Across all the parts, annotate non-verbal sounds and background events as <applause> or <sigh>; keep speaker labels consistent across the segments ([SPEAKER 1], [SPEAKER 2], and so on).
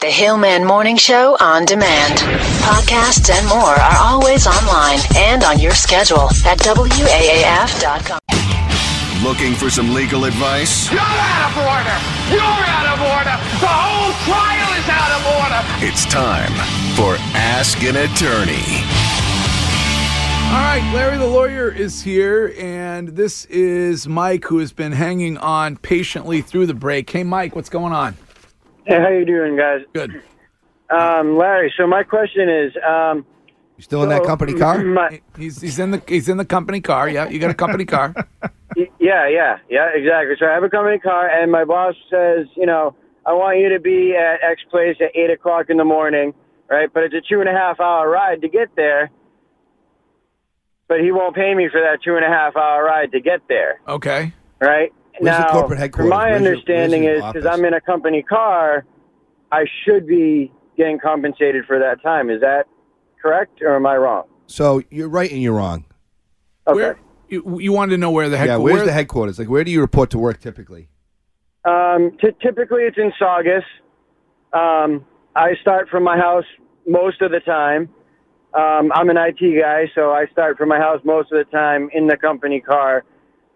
[SPEAKER 1] The Hillman Morning Show on demand. Podcasts and more are always online and on your schedule at WAAF.com.
[SPEAKER 2] Looking for some legal advice?
[SPEAKER 3] You're out of order! You're out of order! The whole trial is out of order!
[SPEAKER 2] It's time for Ask an Attorney.
[SPEAKER 4] All right, Larry the lawyer is here, and this is Mike, who has been hanging on patiently through the break. Hey, Mike, what's going on?
[SPEAKER 5] Hey, how you doing, guys?
[SPEAKER 4] Good.
[SPEAKER 5] Um, Larry. So my question is, um,
[SPEAKER 6] You still in that company car?
[SPEAKER 5] my-
[SPEAKER 4] He's, he's in the he's in the company car. Yeah, you got a company car.
[SPEAKER 5] yeah, yeah, yeah, exactly. So I have a company car, and my boss says, you know, I want you to be at X place at eight o'clock in the morning, right? But it's a two and a half hour ride to get there. But he won't pay me for that two and a half hour ride to get there.
[SPEAKER 4] Okay.
[SPEAKER 5] right?
[SPEAKER 6] Where's the
[SPEAKER 5] now,
[SPEAKER 6] corporate headquarters?
[SPEAKER 5] From my
[SPEAKER 6] Where's your-
[SPEAKER 5] understanding
[SPEAKER 6] where's
[SPEAKER 5] is
[SPEAKER 6] your
[SPEAKER 5] because
[SPEAKER 6] office?
[SPEAKER 5] I'm in a company car, I should be getting compensated for that time. Is that correct or am I wrong?
[SPEAKER 6] So you're right and you're wrong.
[SPEAKER 5] Okay.
[SPEAKER 4] Where you, you wanted to know where the head
[SPEAKER 6] yeah, where's the headquarters? Like, where do you report to work typically?
[SPEAKER 5] Um, t- typically, it's in Saugus. Um, I start from my house most of the time. Um, I'm an IT guy, so I start from my house most of the time in the company car.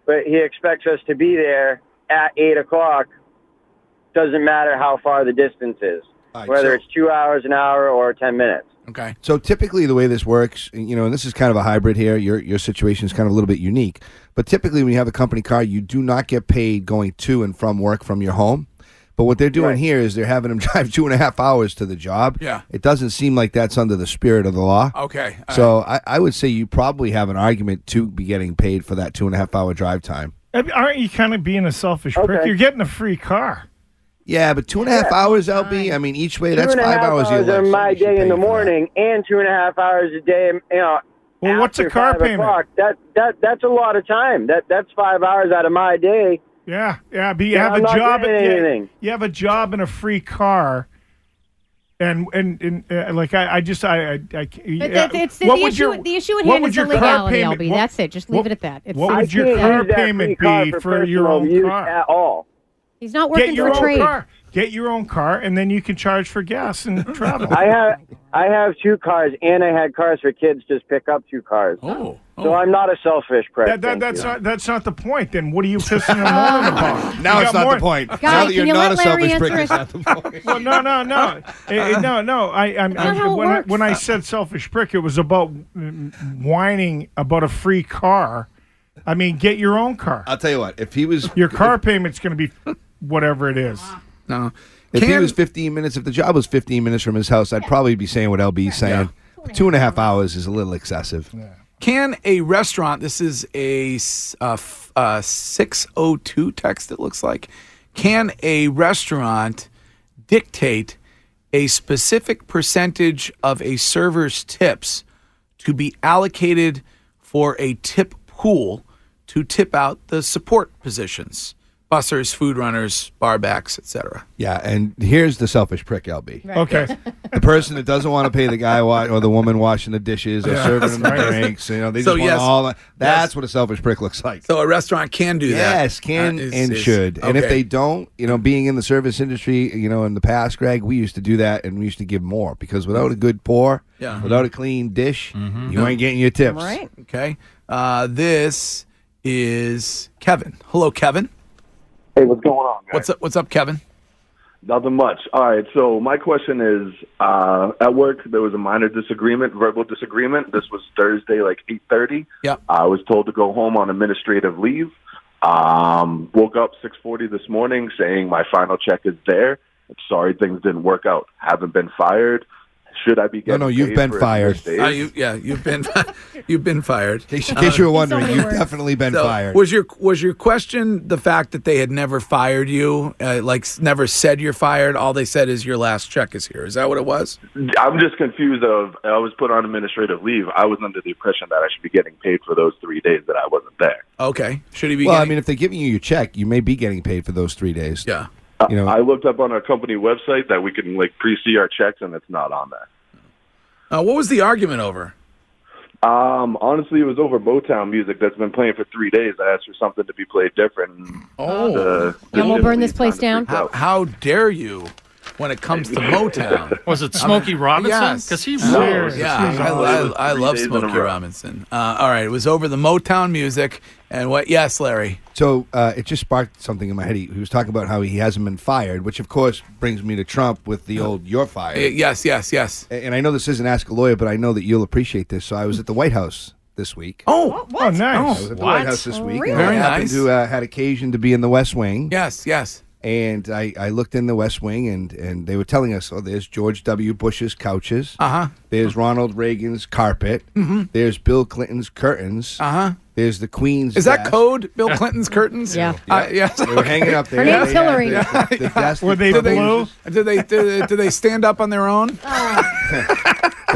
[SPEAKER 5] But he expects us to be there at eight o'clock. Doesn't matter how far the distance is,
[SPEAKER 6] All right,
[SPEAKER 5] whether
[SPEAKER 6] so-
[SPEAKER 5] it's two hours, an hour, or ten minutes.
[SPEAKER 4] Okay.
[SPEAKER 6] So typically, the way this works, you know, and this is kind of a hybrid here. Your your situation is kind of a little bit unique, but typically, when you have a company car, you do not get paid going to and from work from your home. But what they're doing
[SPEAKER 5] Right.
[SPEAKER 6] here is they're having them <laughs> drive two and a half hours to the job.
[SPEAKER 4] Yeah.
[SPEAKER 6] it doesn't seem like that's under the spirit of the law.
[SPEAKER 4] Okay. all right.
[SPEAKER 6] So I, I would say you probably have an argument to be getting paid for that two and a half hour drive time.
[SPEAKER 7] I mean, Aren't you kind of being a selfish prick?
[SPEAKER 5] Okay.
[SPEAKER 7] You're getting a free car.
[SPEAKER 6] Yeah, but two and a half hours, LB. I mean, each way
[SPEAKER 5] Two
[SPEAKER 6] that's
[SPEAKER 5] and a
[SPEAKER 6] five
[SPEAKER 5] half
[SPEAKER 6] hours.
[SPEAKER 5] hours,
[SPEAKER 6] of your life.
[SPEAKER 5] of Uh, my
[SPEAKER 6] Somebody should
[SPEAKER 5] day
[SPEAKER 6] pay
[SPEAKER 5] in the
[SPEAKER 6] you for that.
[SPEAKER 5] morning, and two and a half hours a day. You know,
[SPEAKER 7] Well, what's
[SPEAKER 5] after
[SPEAKER 7] a car
[SPEAKER 5] five
[SPEAKER 7] payment?
[SPEAKER 5] O'clock, that that that's a lot of time. That that's five hours out of my day.
[SPEAKER 7] Yeah, yeah. But you
[SPEAKER 5] Yeah,
[SPEAKER 7] have
[SPEAKER 5] I'm
[SPEAKER 7] a
[SPEAKER 5] not
[SPEAKER 7] job.
[SPEAKER 5] getting
[SPEAKER 7] yeah,
[SPEAKER 5] anything.
[SPEAKER 7] you have a job and a free car. And and, and uh, like I, I just I I, I can't- yeah.
[SPEAKER 8] It's, it's,
[SPEAKER 7] What
[SPEAKER 8] the,
[SPEAKER 7] would
[SPEAKER 8] issue,
[SPEAKER 7] your-
[SPEAKER 8] the issue at
[SPEAKER 7] what
[SPEAKER 8] hand
[SPEAKER 7] would
[SPEAKER 8] is
[SPEAKER 7] your car
[SPEAKER 8] illegality,
[SPEAKER 7] payment-
[SPEAKER 8] LB.
[SPEAKER 7] what-
[SPEAKER 8] That's it. Just leave
[SPEAKER 7] what-
[SPEAKER 8] it at that. It's,
[SPEAKER 7] what
[SPEAKER 5] I
[SPEAKER 7] would your
[SPEAKER 5] can't
[SPEAKER 7] car
[SPEAKER 5] use that
[SPEAKER 7] payment
[SPEAKER 5] free car
[SPEAKER 7] be
[SPEAKER 5] for,
[SPEAKER 7] for your
[SPEAKER 5] personal
[SPEAKER 7] own
[SPEAKER 5] use
[SPEAKER 7] car?
[SPEAKER 5] at all?
[SPEAKER 8] he's not
[SPEAKER 7] get
[SPEAKER 8] working
[SPEAKER 7] your
[SPEAKER 8] for
[SPEAKER 7] own
[SPEAKER 8] trade.
[SPEAKER 7] car. Get your own car, and then you can charge for gas
[SPEAKER 5] <laughs>
[SPEAKER 7] and travel.
[SPEAKER 5] I have I have two cars, and I had cars for kids. Just pick up two cars.
[SPEAKER 4] Oh.
[SPEAKER 5] So I'm not a selfish person.
[SPEAKER 7] That, that, that's not that's not the point. Then what are you pissing them
[SPEAKER 6] <laughs>
[SPEAKER 7] on about?
[SPEAKER 6] Now
[SPEAKER 7] You
[SPEAKER 6] it's
[SPEAKER 7] got
[SPEAKER 6] not
[SPEAKER 7] more-
[SPEAKER 6] the point. now
[SPEAKER 8] Guy,
[SPEAKER 6] that
[SPEAKER 8] can
[SPEAKER 6] you're
[SPEAKER 8] you
[SPEAKER 6] not
[SPEAKER 8] let
[SPEAKER 6] a
[SPEAKER 8] Larry
[SPEAKER 6] selfish
[SPEAKER 8] answer
[SPEAKER 6] prick,
[SPEAKER 8] it?
[SPEAKER 6] it's not the
[SPEAKER 7] <laughs>
[SPEAKER 6] point.
[SPEAKER 7] Well, no, no, no, Eh, eh, no, no. I, I'm,
[SPEAKER 8] not how
[SPEAKER 7] I'm
[SPEAKER 8] it
[SPEAKER 7] when, I,
[SPEAKER 8] works.
[SPEAKER 7] when I said selfish prick, it was about mm, whining about a free car. I mean, get your own car.
[SPEAKER 6] I'll tell you what. If he was
[SPEAKER 7] Your
[SPEAKER 6] <laughs>
[SPEAKER 7] car payment's going to be whatever it is.
[SPEAKER 4] No.
[SPEAKER 6] if he
[SPEAKER 4] Can-
[SPEAKER 6] was 15 minutes, if the job was 15 minutes from his house, I'd probably be saying what LB's saying. Two and a half hours is a little excessive.
[SPEAKER 4] Can a restaurant, this is a, s- uh, f- uh, 602 text, it looks like, can a restaurant dictate a specific percentage of a server's tips to be allocated for a tip pool to tip out the support positions? Bussers, food runners, bar backs, etc.
[SPEAKER 6] Yeah, and here's the selfish prick, LB. <laughs>
[SPEAKER 7] Okay.
[SPEAKER 6] The person that doesn't want to pay the guy wa- or the woman washing the dishes or serving them the drinks, you know, they
[SPEAKER 4] So,
[SPEAKER 6] just want
[SPEAKER 4] yes.
[SPEAKER 6] all. That. That's
[SPEAKER 4] Yes.
[SPEAKER 6] what a selfish prick looks like.
[SPEAKER 4] So a restaurant can do that.
[SPEAKER 6] Yes, can
[SPEAKER 4] Uh, is-
[SPEAKER 6] and
[SPEAKER 4] is-
[SPEAKER 6] should. And if
[SPEAKER 4] okay.
[SPEAKER 6] they don't, you know, being in the service industry, you know, in the past, Greg, we used to do that and we used to give more because without a good pour,
[SPEAKER 4] Yeah.
[SPEAKER 6] without a clean dish,
[SPEAKER 4] Mm-hmm.
[SPEAKER 6] you ain't getting your tips.
[SPEAKER 8] Right.
[SPEAKER 4] Okay. Uh, this is Kevin. Hello, Kevin.
[SPEAKER 9] Hey, what's going on, guys?
[SPEAKER 4] What's up? What's up, Kevin?
[SPEAKER 9] Nothing much. All right, so my question is, uh, at work there was a minor disagreement, verbal disagreement. This was Thursday, like eight thirty.
[SPEAKER 4] Yep.
[SPEAKER 9] I was told to go home on administrative leave. Um, woke up six forty this morning, saying my final check is there. I'm sorry, things didn't work out. Haven't been fired. should I be getting
[SPEAKER 6] no, you've
[SPEAKER 9] paid
[SPEAKER 6] been
[SPEAKER 9] for
[SPEAKER 6] fired.
[SPEAKER 9] mistakes?
[SPEAKER 4] Uh, you, yeah, you've been <laughs> you've been fired. Uh, In
[SPEAKER 6] case, in case you were wondering, you've definitely been fired.
[SPEAKER 4] Was your was your question the fact that they had never fired you, uh, like s- never said you're fired? All they said is your last check is here. Is that what it was?
[SPEAKER 9] I'm just confused. Of I was put on administrative leave. I was under the impression that I should be getting paid for those three days that I wasn't there.
[SPEAKER 4] Okay, should he be?
[SPEAKER 6] Well, I
[SPEAKER 4] getting-
[SPEAKER 6] mean, if they're giving you your check, you may be getting paid for those three days.
[SPEAKER 4] yeah.
[SPEAKER 6] You know,
[SPEAKER 9] I looked up on our company website that we can like pre-see our checks, and it's not on there.
[SPEAKER 4] Uh, what was the argument over?
[SPEAKER 9] Um, honestly, it was over Motown music that's been playing for three days. I asked for something to be played different. and uh,
[SPEAKER 4] Oh,
[SPEAKER 9] the- the
[SPEAKER 8] Yeah, we'll
[SPEAKER 9] shift
[SPEAKER 8] burn
[SPEAKER 9] lead
[SPEAKER 8] this place
[SPEAKER 9] kinda
[SPEAKER 8] down.
[SPEAKER 9] freaked
[SPEAKER 4] how,
[SPEAKER 9] out.
[SPEAKER 4] how dare you? When it comes to
[SPEAKER 10] <laughs>
[SPEAKER 4] Motown,
[SPEAKER 10] Was it Smokey Robinson?
[SPEAKER 4] yes.
[SPEAKER 10] Because he
[SPEAKER 4] No,
[SPEAKER 10] wears.
[SPEAKER 4] Yeah,
[SPEAKER 10] he's
[SPEAKER 4] I,
[SPEAKER 10] on-
[SPEAKER 4] I, I
[SPEAKER 9] Three
[SPEAKER 4] love
[SPEAKER 9] days in a
[SPEAKER 4] Smokey
[SPEAKER 9] row.
[SPEAKER 4] Robinson. Uh, all right, it was over the Motown music and what? Yes, Larry.
[SPEAKER 6] so uh, it just sparked something in my head. He, he was talking about how he hasn't been fired, which of course brings me to Trump with the old "you're
[SPEAKER 4] Uh,
[SPEAKER 6] fired."
[SPEAKER 4] Yes, yes, yes.
[SPEAKER 6] A- And I know this isn't ask a lawyer, but I know that you'll appreciate this. So I was at the White House this week.
[SPEAKER 4] Oh,
[SPEAKER 7] Oh,
[SPEAKER 6] I was
[SPEAKER 7] nice.
[SPEAKER 6] at the
[SPEAKER 10] What?
[SPEAKER 6] White House this week. and
[SPEAKER 4] Very
[SPEAKER 6] I happened
[SPEAKER 4] nice.
[SPEAKER 6] To uh, had occasion to be in the West Wing.
[SPEAKER 4] yes, yes.
[SPEAKER 6] and I, I looked in the West Wing, and, and they were telling us, oh, there's George W. Bush's couches.
[SPEAKER 4] Uh huh.
[SPEAKER 6] There's Ronald Reagan's carpet. Mm-hmm. There's Bill Clinton's curtains.
[SPEAKER 4] Uh huh.
[SPEAKER 6] There's the Queen's.
[SPEAKER 4] Is that
[SPEAKER 6] desk.
[SPEAKER 4] code? Bill Clinton's curtains?
[SPEAKER 8] Yeah.
[SPEAKER 4] Uh, yes.
[SPEAKER 6] They were hanging
[SPEAKER 4] <laughs>
[SPEAKER 6] up there.
[SPEAKER 8] Her name's
[SPEAKER 6] They had
[SPEAKER 8] Hillary.
[SPEAKER 6] The, the
[SPEAKER 10] <laughs>
[SPEAKER 6] desk
[SPEAKER 7] Were
[SPEAKER 6] that
[SPEAKER 7] they
[SPEAKER 6] Trump
[SPEAKER 7] blue?
[SPEAKER 6] uses.
[SPEAKER 4] Do they, do they do they stand up on their own?
[SPEAKER 6] They're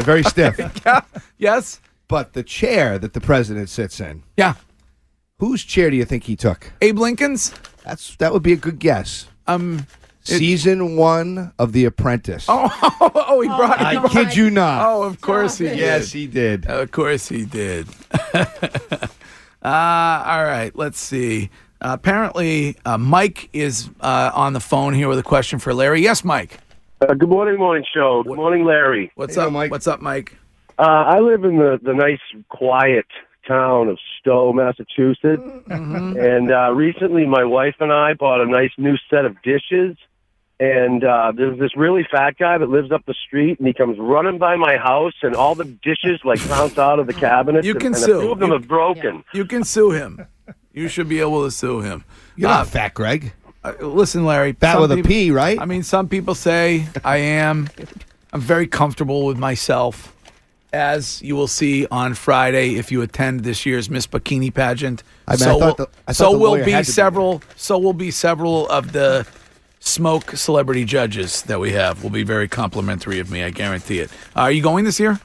[SPEAKER 6] very stiff.
[SPEAKER 4] <laughs> Yeah. Yes.
[SPEAKER 6] But the chair that the president sits in,
[SPEAKER 4] Yeah.
[SPEAKER 6] whose chair do you think he took?
[SPEAKER 4] Abe Lincoln's.
[SPEAKER 6] That's That would be a good guess.
[SPEAKER 4] Um.
[SPEAKER 6] Season one of The Apprentice.
[SPEAKER 4] Oh, <laughs> oh, he brought.
[SPEAKER 6] I
[SPEAKER 4] he brought-
[SPEAKER 6] kid you not.
[SPEAKER 4] Oh, of course he did.
[SPEAKER 6] yes, he did.
[SPEAKER 4] Of course he did. <laughs> uh, all right, let's see. Uh, apparently, uh, Mike is uh, on the phone here with a question for Larry. Yes, Mike.
[SPEAKER 5] Uh, good morning, morning show. Good morning, Larry.
[SPEAKER 4] What's
[SPEAKER 6] Hey,
[SPEAKER 4] up,
[SPEAKER 6] Mike.
[SPEAKER 4] What's up, Mike?
[SPEAKER 5] Uh, I live in the, the nice, quiet town of Stowe, Massachusetts.
[SPEAKER 6] Mm-hmm.
[SPEAKER 11] Mm-hmm.
[SPEAKER 5] And uh, recently, my wife and I bought a nice new set of dishes. And uh, there's this really fat guy that lives up the street, and he comes running by my house, and all the dishes like bounce out of the cabinet.
[SPEAKER 4] You
[SPEAKER 5] and,
[SPEAKER 4] can
[SPEAKER 5] and
[SPEAKER 4] sue.
[SPEAKER 5] A few of them
[SPEAKER 4] You-
[SPEAKER 5] have broken.
[SPEAKER 4] You can sue him. You should be able to sue him.
[SPEAKER 6] You're
[SPEAKER 4] Uh,
[SPEAKER 6] not fat, Greg.
[SPEAKER 4] Uh, listen, Larry.
[SPEAKER 6] Fat
[SPEAKER 4] some
[SPEAKER 6] with a
[SPEAKER 4] people-
[SPEAKER 6] P, right?
[SPEAKER 4] I mean, some people say I am. I'm very comfortable with myself, as you will see on Friday if you attend this year's Miss Bikini pageant.
[SPEAKER 6] I mean, I
[SPEAKER 4] so
[SPEAKER 6] thought
[SPEAKER 4] will,
[SPEAKER 6] the- I
[SPEAKER 4] so
[SPEAKER 6] thought the
[SPEAKER 4] will
[SPEAKER 6] lawyer
[SPEAKER 4] be
[SPEAKER 6] had to be
[SPEAKER 4] several. so will be several of the smoke celebrity judges that we have. Will be very complimentary of me. I guarantee it. are you going this year?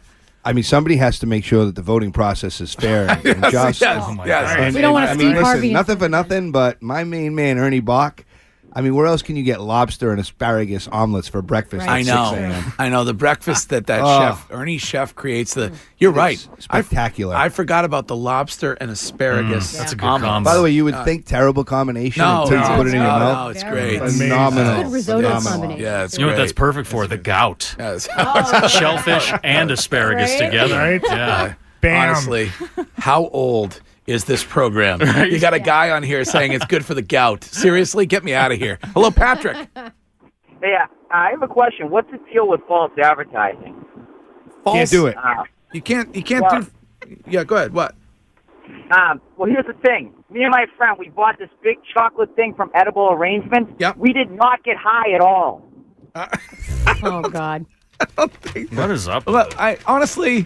[SPEAKER 6] I mean, somebody has to make sure that the voting process is fair and, and just.
[SPEAKER 4] yes, yes.
[SPEAKER 6] And,
[SPEAKER 8] We don't
[SPEAKER 6] and,
[SPEAKER 8] want
[SPEAKER 6] I
[SPEAKER 8] Steve
[SPEAKER 6] mean, listen,
[SPEAKER 8] Harvey.
[SPEAKER 6] nothing for nothing, but my main man Ernie Bach. I mean, where else can you get lobster and asparagus omelets for breakfast?
[SPEAKER 8] Right.
[SPEAKER 4] I
[SPEAKER 6] At
[SPEAKER 4] know.
[SPEAKER 6] 6
[SPEAKER 4] I know the breakfast that that
[SPEAKER 6] Oh.
[SPEAKER 4] chef Ernie Chef creates. The you're right. I f-
[SPEAKER 6] spectacular.
[SPEAKER 4] I, forgot about the lobster and asparagus.
[SPEAKER 10] Mm,
[SPEAKER 4] Uh,
[SPEAKER 10] that's a good combo.
[SPEAKER 6] By the way, you would think terrible combination
[SPEAKER 4] No,
[SPEAKER 6] until you
[SPEAKER 4] no,
[SPEAKER 6] put it in your
[SPEAKER 4] no,
[SPEAKER 6] mouth.
[SPEAKER 4] no, it's
[SPEAKER 8] Very
[SPEAKER 4] great.
[SPEAKER 8] nice.
[SPEAKER 6] Phenomenal.
[SPEAKER 8] Good risotto
[SPEAKER 6] Phenomenal.
[SPEAKER 8] combination.
[SPEAKER 4] Yeah, it's
[SPEAKER 10] you know what that's
[SPEAKER 4] great.
[SPEAKER 10] perfect for? The gout. <laughs>
[SPEAKER 4] Yes. <laughs>
[SPEAKER 10] Shellfish and asparagus
[SPEAKER 8] Right?
[SPEAKER 10] together.
[SPEAKER 7] Right?
[SPEAKER 10] Yeah.
[SPEAKER 7] Bam.
[SPEAKER 4] Uh, Honestly, how old is this program? You got a guy on here saying it's good for the gout. Seriously, get me out of here. Hello, Patrick.
[SPEAKER 12] Hey, I- I have a question. What's the deal with false advertising? Uh,
[SPEAKER 6] Can't do it.
[SPEAKER 4] You can't. You can't
[SPEAKER 12] Well-
[SPEAKER 4] do. Yeah, go ahead. What?
[SPEAKER 12] Um, well, here's the thing. Me and my friend, we bought this big chocolate thing from Edible Arrangements.
[SPEAKER 4] Yep.
[SPEAKER 12] We did not get high at all.
[SPEAKER 6] Uh, <laughs>
[SPEAKER 8] Oh God.
[SPEAKER 10] What is up? with
[SPEAKER 4] Well,
[SPEAKER 10] it?
[SPEAKER 4] I honestly,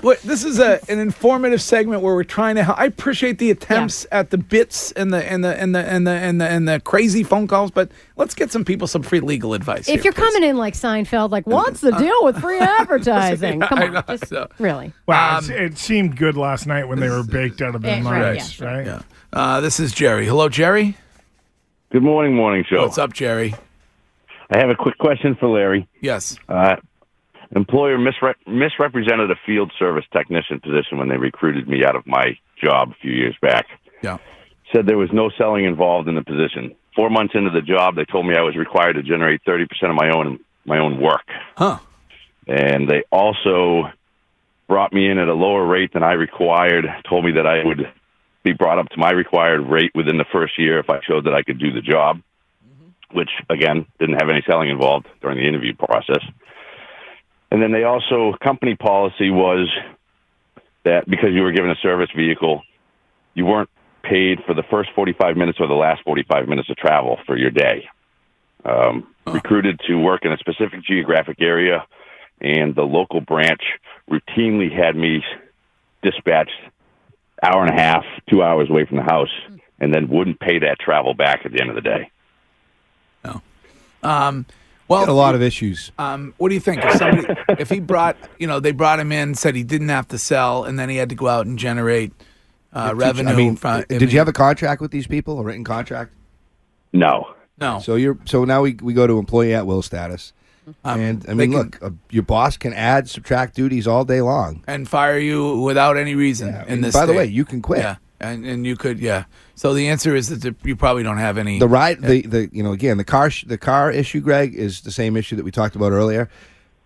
[SPEAKER 4] what, this is a an informative segment where we're trying to. help. I appreciate the attempts at the bits and the and the and the and the and the and the crazy phone calls, but let's get some people some free legal
[SPEAKER 8] If
[SPEAKER 4] advice. here,
[SPEAKER 8] you're
[SPEAKER 4] please.
[SPEAKER 8] coming in like Seinfeld,
[SPEAKER 4] Uh,
[SPEAKER 8] like what's the deal with
[SPEAKER 4] <laughs>
[SPEAKER 8] free advertising? Come
[SPEAKER 4] I
[SPEAKER 8] on,
[SPEAKER 4] know,
[SPEAKER 8] just-
[SPEAKER 4] so-
[SPEAKER 8] really.
[SPEAKER 7] Wow,
[SPEAKER 6] um,
[SPEAKER 7] it's- it seemed good last night when they were baked out of their
[SPEAKER 8] Right,
[SPEAKER 7] minds,
[SPEAKER 8] yeah.
[SPEAKER 7] right?
[SPEAKER 4] yeah. Uh, this is Jerry. Hello, Jerry.
[SPEAKER 9] Good morning, morning show.
[SPEAKER 4] What's up, Jerry?
[SPEAKER 9] I have a quick question for Larry.
[SPEAKER 4] Yes.
[SPEAKER 9] Uh, employer misre- misrepresented a field service technician position when they recruited me out of my job a few years back.
[SPEAKER 4] Yeah.
[SPEAKER 9] Said there was no selling involved in the position. Four months into the job, they told me I was required to generate thirty percent of my own my own work,
[SPEAKER 4] Huh.
[SPEAKER 9] and they also brought me in at a lower rate than I required. Told me that I would be brought up to my required rate within the first year if I showed that I could do the job, which again didn't have any selling involved during the interview process. And then they also company policy was that because you were given a service vehicle, you weren't paid for the first 45 minutes or the last 45 minutes of travel for your day. Um, Recruited to work in a specific geographic area and the local branch routinely had me dispatched hour and a half, two hours away from the house, and then wouldn't pay that travel back at the end of the day.
[SPEAKER 4] Um,
[SPEAKER 6] a
[SPEAKER 4] well,
[SPEAKER 6] lot of issues.
[SPEAKER 4] Um, what do you think? If, somebody, if he brought, you know, they brought him in, said he didn't have to sell, and then he had to go out and generate uh, revenue.
[SPEAKER 6] I mean,
[SPEAKER 4] from,
[SPEAKER 6] did you have a contract with these people? A written contract?
[SPEAKER 9] No.
[SPEAKER 4] No.
[SPEAKER 6] So you're so now we, we go to employee at will status, and I
[SPEAKER 4] Um, they
[SPEAKER 6] mean,
[SPEAKER 4] can-
[SPEAKER 6] look, uh, your boss can add subtract duties all day long.
[SPEAKER 4] and fire you without any reason in
[SPEAKER 6] mean,
[SPEAKER 4] this.
[SPEAKER 6] by the
[SPEAKER 4] state.
[SPEAKER 6] way, you can quit.
[SPEAKER 4] Yeah, and and you could. Yeah. So the answer is that the, you probably don't have any.
[SPEAKER 6] The ride, the, the you know, again, the car sh- the car issue, Greg, is the same issue that we talked about earlier.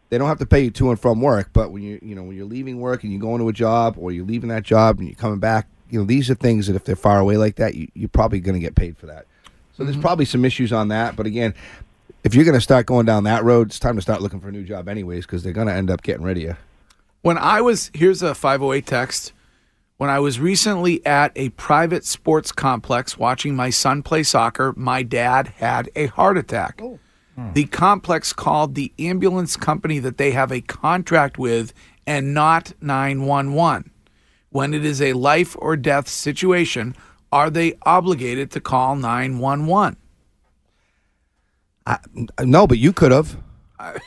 [SPEAKER 6] They don't have to pay you to and from work, but when you you know when you're leaving work and you go into a job or you're leaving that job and you're coming back, you know these are things that if they're far away like that, you, you're probably going to get paid for that. So there's probably some issues on that, but again, if you're going to start going down that road, it's time to start looking for a new job anyways because they're going to end up getting rid of you.
[SPEAKER 4] When I was here's a 508 text. When I was recently at a private sports complex watching my son play soccer, my dad had a heart attack. The complex called the ambulance company that they have a contract with and not 911. When it is a life or death situation, are they obligated to call 911?
[SPEAKER 6] No, but you could have.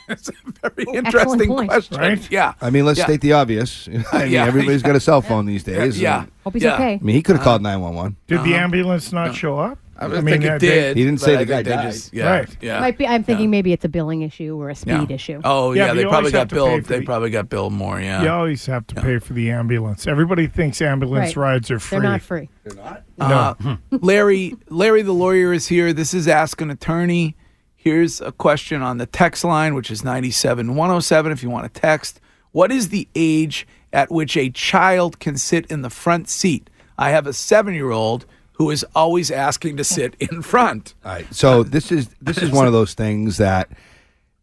[SPEAKER 4] It's a <laughs> very interesting
[SPEAKER 8] point.
[SPEAKER 4] question.
[SPEAKER 8] Right?
[SPEAKER 4] Yeah.
[SPEAKER 6] I mean, let's
[SPEAKER 4] Yeah.
[SPEAKER 6] state the obvious. <laughs> I mean,
[SPEAKER 4] yeah.
[SPEAKER 6] everybody's got a cell phone these days.
[SPEAKER 4] Yeah.
[SPEAKER 6] and-
[SPEAKER 8] Hope he's Yeah. okay.
[SPEAKER 6] I mean, he could have called nine one one.
[SPEAKER 7] Did the ambulance not show up?
[SPEAKER 4] Uh-huh. I would think it
[SPEAKER 7] uh,
[SPEAKER 4] did.
[SPEAKER 6] He didn't
[SPEAKER 4] but
[SPEAKER 6] say
[SPEAKER 4] I
[SPEAKER 6] the
[SPEAKER 4] think
[SPEAKER 6] guy
[SPEAKER 4] they
[SPEAKER 6] died.
[SPEAKER 4] just- yeah,
[SPEAKER 7] Right.
[SPEAKER 4] Yeah.
[SPEAKER 8] Might be. I'm thinking maybe it's a billing issue or a speed
[SPEAKER 4] Yeah.
[SPEAKER 8] issue.
[SPEAKER 4] Oh
[SPEAKER 7] Yeah,
[SPEAKER 4] yeah,
[SPEAKER 7] but
[SPEAKER 4] they
[SPEAKER 7] you
[SPEAKER 4] probably
[SPEAKER 7] always
[SPEAKER 4] got
[SPEAKER 7] have to pay
[SPEAKER 4] billed.
[SPEAKER 7] for
[SPEAKER 4] They
[SPEAKER 7] the-
[SPEAKER 4] probably got billed more. Yeah.
[SPEAKER 7] You always have to pay for the ambulance. Everybody thinks ambulance
[SPEAKER 8] Right.
[SPEAKER 7] rides are free.
[SPEAKER 8] They're not free.
[SPEAKER 4] Uh, <laughs> Larry, Larry the lawyer is here. This is Ask an Attorney. Here's a question on the text line, which is 97107 if you want to text. What is the age at which a child can sit in the front seat? I have a seven year old who is always asking to sit in front.
[SPEAKER 6] All right. So this is this is one of those things that.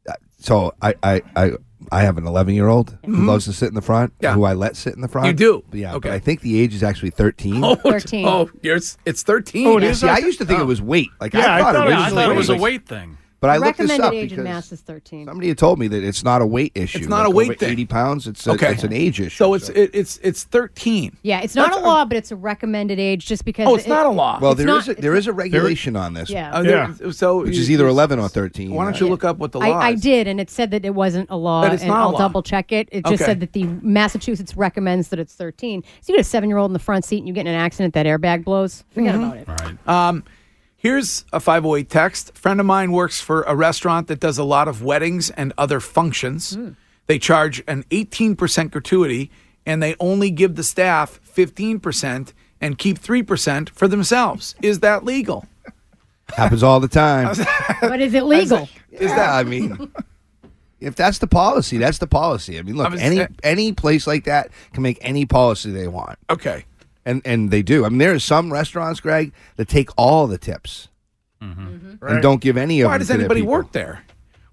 [SPEAKER 6] uh, So I I I, I have an eleven year old who loves to sit in the front.
[SPEAKER 4] Yeah.
[SPEAKER 6] Who I let sit in the front.
[SPEAKER 4] You do?
[SPEAKER 6] But yeah.
[SPEAKER 4] Okay.
[SPEAKER 6] But I think the age is actually thirteen.
[SPEAKER 4] <laughs> Oh,
[SPEAKER 8] 13.
[SPEAKER 4] oh yours- it's 13.
[SPEAKER 7] Oh, it
[SPEAKER 4] Yeah.
[SPEAKER 7] is
[SPEAKER 6] See, I used to think it was weight. Like
[SPEAKER 7] Yeah,
[SPEAKER 6] I
[SPEAKER 7] I
[SPEAKER 6] thought,
[SPEAKER 7] thought
[SPEAKER 6] it,
[SPEAKER 7] it-
[SPEAKER 6] was
[SPEAKER 7] I
[SPEAKER 10] thought it was a
[SPEAKER 6] weight.
[SPEAKER 10] weight thing.
[SPEAKER 6] But I looked this
[SPEAKER 8] Recommended
[SPEAKER 6] up
[SPEAKER 8] age in
[SPEAKER 6] because
[SPEAKER 8] mass is 13.
[SPEAKER 6] somebody had told me that it's not a weight issue.
[SPEAKER 4] not a
[SPEAKER 6] Like,
[SPEAKER 4] weight
[SPEAKER 6] over
[SPEAKER 4] thing.
[SPEAKER 6] Eighty pounds. It's a,
[SPEAKER 4] Okay.
[SPEAKER 6] it's an age
[SPEAKER 4] <laughs>
[SPEAKER 6] issue.
[SPEAKER 4] So it's it, it's it's 13.
[SPEAKER 8] yeah, it's not a law, but it's a recommended age just because.
[SPEAKER 4] Oh, it's
[SPEAKER 8] it-
[SPEAKER 4] not a law.
[SPEAKER 6] well,
[SPEAKER 8] it's
[SPEAKER 6] there
[SPEAKER 8] not-
[SPEAKER 6] is a,
[SPEAKER 8] it's
[SPEAKER 6] there
[SPEAKER 8] not-
[SPEAKER 6] is a regulation on this,
[SPEAKER 8] Yeah.
[SPEAKER 4] Uh, there- So
[SPEAKER 6] which
[SPEAKER 4] you-
[SPEAKER 6] is either
[SPEAKER 4] you-
[SPEAKER 6] eleven or thirteen.
[SPEAKER 4] Why don't you look up what the law
[SPEAKER 8] I, I
[SPEAKER 4] is?
[SPEAKER 8] did, and it said that it wasn't a law,
[SPEAKER 4] That it's
[SPEAKER 8] and
[SPEAKER 4] not a
[SPEAKER 8] I'll
[SPEAKER 4] law.
[SPEAKER 8] double check it. It just
[SPEAKER 4] Okay.
[SPEAKER 8] said that the Massachusetts recommends that it's 13. So you get a seven year old in the front seat, and you get in an accident, that airbag blows. Forget
[SPEAKER 4] Mm-hmm.
[SPEAKER 8] about it.
[SPEAKER 4] Um, Here's a 508 text. Friend of mine works for a restaurant that does a lot of weddings and other functions.
[SPEAKER 8] Hmm.
[SPEAKER 4] They charge an 18% gratuity and they only give the staff 15% and keep 3% for themselves. Is that legal?
[SPEAKER 6] Happens all the time.
[SPEAKER 8] But is it legal?
[SPEAKER 6] Is that? I mean, if that's the policy, that's the policy. I mean, look,
[SPEAKER 4] I was-
[SPEAKER 6] any
[SPEAKER 4] uh,
[SPEAKER 6] any place like that can make any policy they want,
[SPEAKER 4] Okay.
[SPEAKER 6] and and they do. I mean, there are some restaurants, Greg, that take all the tips
[SPEAKER 10] Mm-hmm.
[SPEAKER 6] and don't give any of
[SPEAKER 4] Mm-hmm. Why
[SPEAKER 6] them.
[SPEAKER 4] does anybody work there?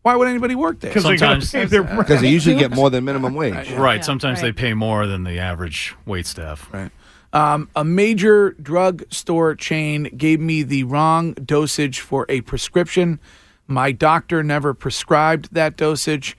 [SPEAKER 4] Why would anybody work there?
[SPEAKER 7] Because they're going to
[SPEAKER 10] Sometimes-
[SPEAKER 7] pay
[SPEAKER 4] <laughs>
[SPEAKER 7] their rent.
[SPEAKER 6] Because they usually get more than minimum wage.
[SPEAKER 10] Right. Sometimes
[SPEAKER 8] right.
[SPEAKER 10] they pay more than the average wait staff.
[SPEAKER 4] Right. Um, a major drug store chain gave me the wrong dosage for a prescription. My doctor never prescribed that dosage.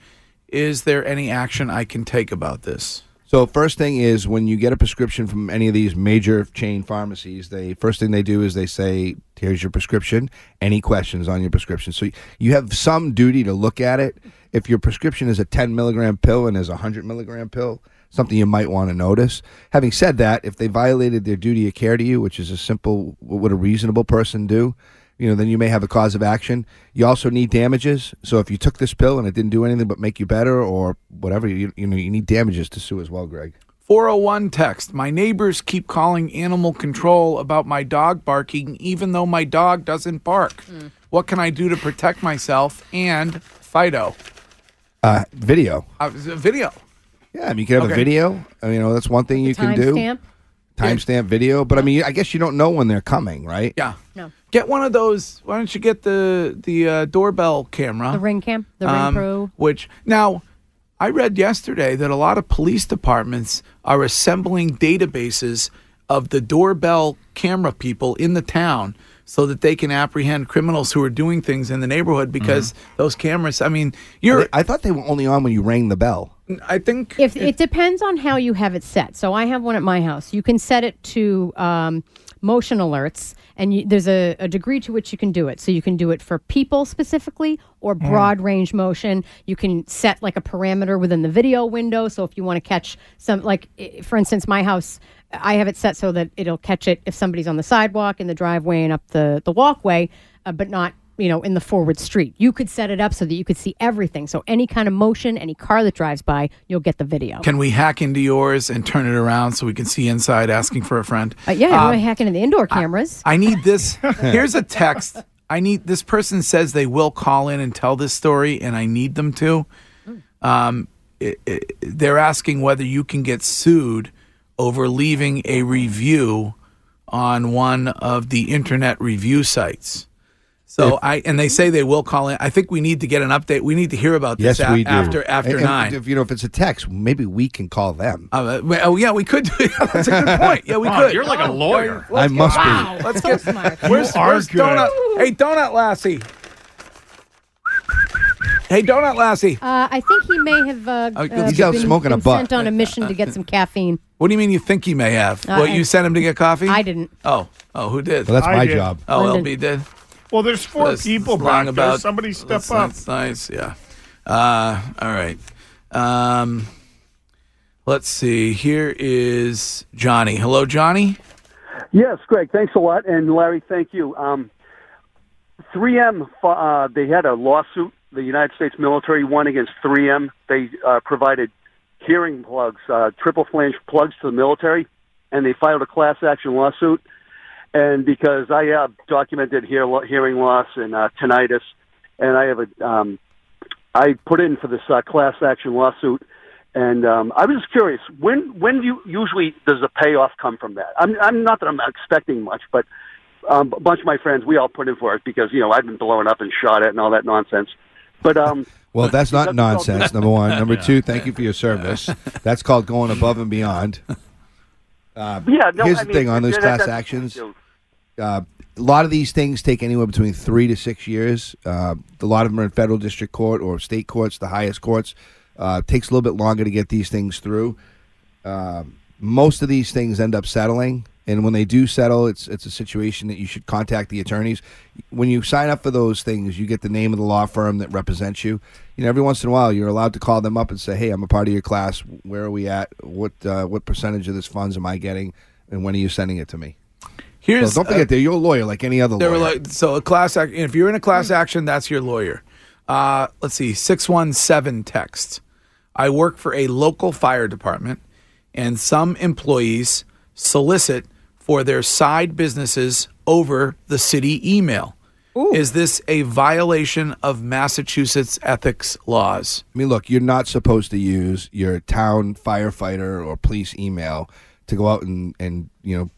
[SPEAKER 4] Is there any action I can take about this?
[SPEAKER 6] So first thing is when you get a prescription from any of these major chain pharmacies, they first thing they do is they say, "Here's your prescription. Any questions on your prescription?" So you have some duty to look at it. If your prescription is a 10 milligram pill and is a 100 milligram pill, something you might want to notice. Having said that, if they violated their duty of care to you, which is a simple what would a reasonable person do, you know, then you may have a cause of action. You also need damages. So if you took this pill and it didn't do anything but make you better or whatever, you, you know, you need damages to sue as well, Greg.
[SPEAKER 4] 401 text. My neighbors keep calling animal control about my dog barking, even though my dog doesn't bark.
[SPEAKER 8] Hmm.
[SPEAKER 4] What can I do to protect myself and Fido?
[SPEAKER 6] Uh, video.
[SPEAKER 4] Uh, it's a video.
[SPEAKER 6] Yeah, I mean, you can have
[SPEAKER 4] Okay.
[SPEAKER 6] a video. Uh, You know, that's one thing you can do.
[SPEAKER 8] Timestamp?
[SPEAKER 6] Timestamp video. But I mean, I guess you don't know when they're coming, right?
[SPEAKER 4] Yeah.
[SPEAKER 8] No.
[SPEAKER 4] Get one of those. Why don't you get the the uh, doorbell camera?
[SPEAKER 8] The ring cam? The
[SPEAKER 4] Um,
[SPEAKER 8] ring pro?
[SPEAKER 4] Which now, I read yesterday that a lot of police departments are assembling databases of the doorbell camera people in the town so that they can apprehend criminals who are doing things in the neighborhood because those cameras. I mean, you're.
[SPEAKER 6] Mm-hmm. I thought they were only on when you rang the bell.
[SPEAKER 4] I think
[SPEAKER 8] if it, depends on how you have it set. So I have one at my house. You can set it to um, motion alerts, and you, there's a, a degree to which you can do it. So you can do it for people specifically, or
[SPEAKER 13] Mm.
[SPEAKER 8] broad range motion. You can set like a parameter within the video window. So if you want to catch some, like i- for instance, my house, I have it set so that it'll catch it if somebody's on the sidewalk, in the driveway, and up the the walkway, uh, but not you know, in the forward street. You could set it up so that you could see everything. So any kind of motion, any car that drives by, you'll get the video.
[SPEAKER 4] Can we hack into yours and turn it around so we can see inside asking for a friend?
[SPEAKER 8] Uh, yeah,
[SPEAKER 4] Um,
[SPEAKER 8] you're hacking into the indoor cameras.
[SPEAKER 4] I need this. Here's a text. I need this person says they will call in and tell this story, and I need them to. Um, i i they're asking whether you can get sued over leaving a review on one of the internet review sites. So
[SPEAKER 6] If-
[SPEAKER 4] I and they say they will call in. I think we need to get an update. We need to hear about this
[SPEAKER 6] Yes,
[SPEAKER 4] a-
[SPEAKER 6] we do.
[SPEAKER 4] after after
[SPEAKER 6] And- and
[SPEAKER 4] nine.
[SPEAKER 6] If you know if it's a text, maybe we can call them.
[SPEAKER 4] Uh, well, oh yeah, we could. do <laughs>
[SPEAKER 6] <laughs>
[SPEAKER 4] That's a good point. Yeah, we
[SPEAKER 6] Oh,
[SPEAKER 4] could.
[SPEAKER 6] you're like a
[SPEAKER 4] Oh,
[SPEAKER 6] lawyer.
[SPEAKER 4] let's
[SPEAKER 6] I
[SPEAKER 4] get-
[SPEAKER 6] must be.
[SPEAKER 4] wow, Let's get smart. Where's,
[SPEAKER 6] You are
[SPEAKER 4] where's
[SPEAKER 6] good.
[SPEAKER 4] Donut? Hey, Donut Lassie. Hey, Donut Lassie.
[SPEAKER 8] Uh, I think he may have. Uh,
[SPEAKER 4] Oh,
[SPEAKER 8] uh,
[SPEAKER 4] he's out
[SPEAKER 8] been-
[SPEAKER 4] smoking a
[SPEAKER 8] been
[SPEAKER 4] butt.
[SPEAKER 8] Sent on a mission to get some
[SPEAKER 4] <laughs>
[SPEAKER 8] caffeine.
[SPEAKER 4] What do you mean you think he may have?
[SPEAKER 8] Uh,
[SPEAKER 4] what
[SPEAKER 8] I-
[SPEAKER 4] you sent him to get coffee?
[SPEAKER 8] I didn't.
[SPEAKER 4] Oh, oh, who did?
[SPEAKER 6] Well, that's I my did. job.
[SPEAKER 4] Oh,
[SPEAKER 6] Lyndon.
[SPEAKER 4] LB did.
[SPEAKER 7] Well, there's four
[SPEAKER 4] That's
[SPEAKER 7] people
[SPEAKER 4] long
[SPEAKER 7] back there.
[SPEAKER 4] about-
[SPEAKER 7] Somebody step
[SPEAKER 4] that's,
[SPEAKER 7] up.
[SPEAKER 4] That's nice. Yeah. Uh, all right. Um, let's see. Here is Johnny. Hello, Johnny.
[SPEAKER 14] Yes, Greg, thanks a lot. And Larry, thank you. Um, 3M, uh, they had a lawsuit, the United States military won against 3M. They uh, provided hearing plugs, uh, triple flange plugs to the military, and they filed a class action lawsuit. And because I have documented hear, hearing loss and uh, tinnitus, and I have a, um, I put in for this uh, class action lawsuit. And um, I was just curious, when when do you usually does the payoff come from that? I'm, I'm not that I'm expecting much, but um, a bunch of my friends we all put in for it because you know I've been blown up and shot at and all that nonsense. But um,
[SPEAKER 6] Well, that's not nonsense. Number one. Number
[SPEAKER 14] Yeah.
[SPEAKER 6] two. Thank you for your service. That's called going above
[SPEAKER 14] <laughs>
[SPEAKER 6] and beyond. Uh,
[SPEAKER 14] Yeah, no,
[SPEAKER 6] here's
[SPEAKER 14] I
[SPEAKER 6] the
[SPEAKER 14] mean,
[SPEAKER 6] thing on those
[SPEAKER 14] that-
[SPEAKER 6] class
[SPEAKER 14] that's-
[SPEAKER 6] actions. Uh, a lot of these things take anywhere between three to six years. Uh, a lot of them are in federal district court or state courts, the highest courts. Uh, it takes a little bit longer to get these things through. Um most of these things end up settling, and when they do settle, it's it's a situation that you should contact the attorneys. When you sign up for those things, you get the name of the law firm that represents you. You know, every once in a while, you're allowed to call them up and say, "Hey, I'm a part of your class. Where are we at? What uh, what percentage of this funds am I getting? And when are you sending it to me?"
[SPEAKER 4] Here's uh,
[SPEAKER 6] So don't forget, they're your lawyer like any other
[SPEAKER 4] They were
[SPEAKER 6] lawyer.
[SPEAKER 4] like, so a class action. If you're in a class action, that's your lawyer. Uh, let's see, six one seven text. I work for a local fire department, and some employees solicit for their side businesses over the city email. Is this a violation of Massachusetts ethics laws?
[SPEAKER 6] I mean, look, you're not supposed to use your town firefighter or police email to go out and, and you know,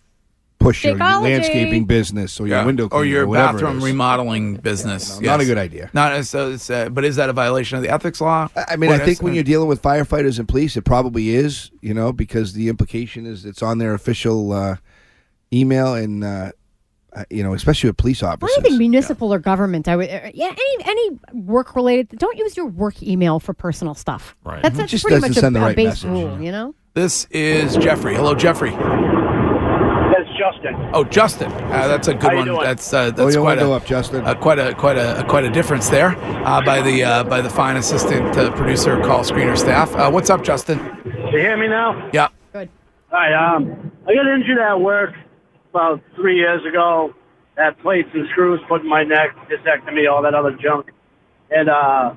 [SPEAKER 6] push
[SPEAKER 4] Shakeology.
[SPEAKER 6] your landscaping business or
[SPEAKER 4] Yeah.
[SPEAKER 6] your window
[SPEAKER 4] or
[SPEAKER 6] cleaner
[SPEAKER 4] your
[SPEAKER 6] whatever it
[SPEAKER 4] bathroom
[SPEAKER 6] is.
[SPEAKER 4] remodeling business.
[SPEAKER 6] no, not a
[SPEAKER 4] Yes.
[SPEAKER 6] good idea.
[SPEAKER 4] Not so. It's, uh, but is that a violation of the ethics law?
[SPEAKER 6] I mean, I think when you're dealing with firefighters and police, it probably is, you know, because the implication is it's on their official uh, email and, uh, uh, you know, especially with police officers.
[SPEAKER 8] Anything municipal or government, I would. uh, Yeah, any any work related. Don't use your work email for personal stuff. Right. That's,
[SPEAKER 4] It
[SPEAKER 8] that's
[SPEAKER 4] just
[SPEAKER 8] pretty
[SPEAKER 4] doesn't
[SPEAKER 8] much a,
[SPEAKER 4] send the
[SPEAKER 8] a
[SPEAKER 4] right
[SPEAKER 8] base
[SPEAKER 4] message.
[SPEAKER 8] rule. You know.
[SPEAKER 4] This is Jeffrey. Hello, Jeffrey.
[SPEAKER 15] That's Justin.
[SPEAKER 4] Oh, Justin, uh, that's a
[SPEAKER 15] How
[SPEAKER 4] good
[SPEAKER 15] you
[SPEAKER 4] one.
[SPEAKER 15] doing?
[SPEAKER 4] That's uh,
[SPEAKER 6] Blow
[SPEAKER 4] that's
[SPEAKER 6] your
[SPEAKER 4] quite a,
[SPEAKER 6] window Oh, up, Justin.
[SPEAKER 4] uh, quite a quite a quite a difference there uh, by the uh, by the fine assistant uh, producer call screener staff. Uh, what's up, Justin?
[SPEAKER 15] Can you hear me now?
[SPEAKER 4] Yeah,
[SPEAKER 15] All right. Um, I got injured at work about three years ago. Had plates and screws put in my neck, disectomy, all that other junk. And uh,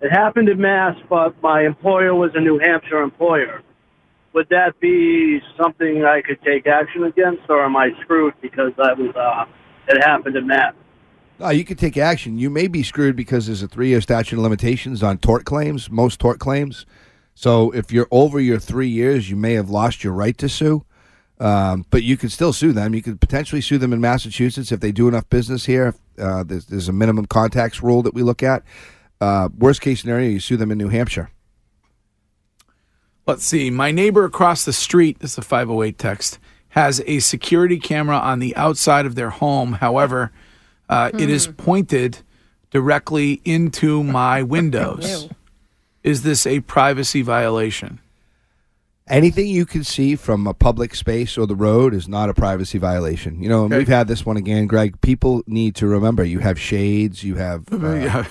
[SPEAKER 15] it happened in Mass, but my employer was a New Hampshire employer. Would that be something I could take action against, or am I screwed because that was uh, it happened in Mass?
[SPEAKER 6] No, Uh, you could take action. You may be screwed because there's a three-year statute of limitations on tort claims, most tort claims. So if you're over your three years, you may have lost your right to sue. Um, but you could still sue them. You could potentially sue them in Massachusetts if they do enough business here. Uh, there's, there's a minimum contacts rule that we look at. Uh, worst case scenario, you sue them in New Hampshire.
[SPEAKER 4] let's see. My neighbor across the street. This is a five hundred oh eight text. has a security camera on the outside of their home. However, uh, it is
[SPEAKER 15] Hmm.
[SPEAKER 4] pointed directly
[SPEAKER 15] <laughs>
[SPEAKER 4] into my windows. is this a privacy violation?
[SPEAKER 6] Anything you can see from a public space or the road is not a privacy violation. You know, and
[SPEAKER 4] Okay.
[SPEAKER 6] we've had this one again, Greg. People need to remember you have shades, you have
[SPEAKER 4] <laughs>
[SPEAKER 6] uh,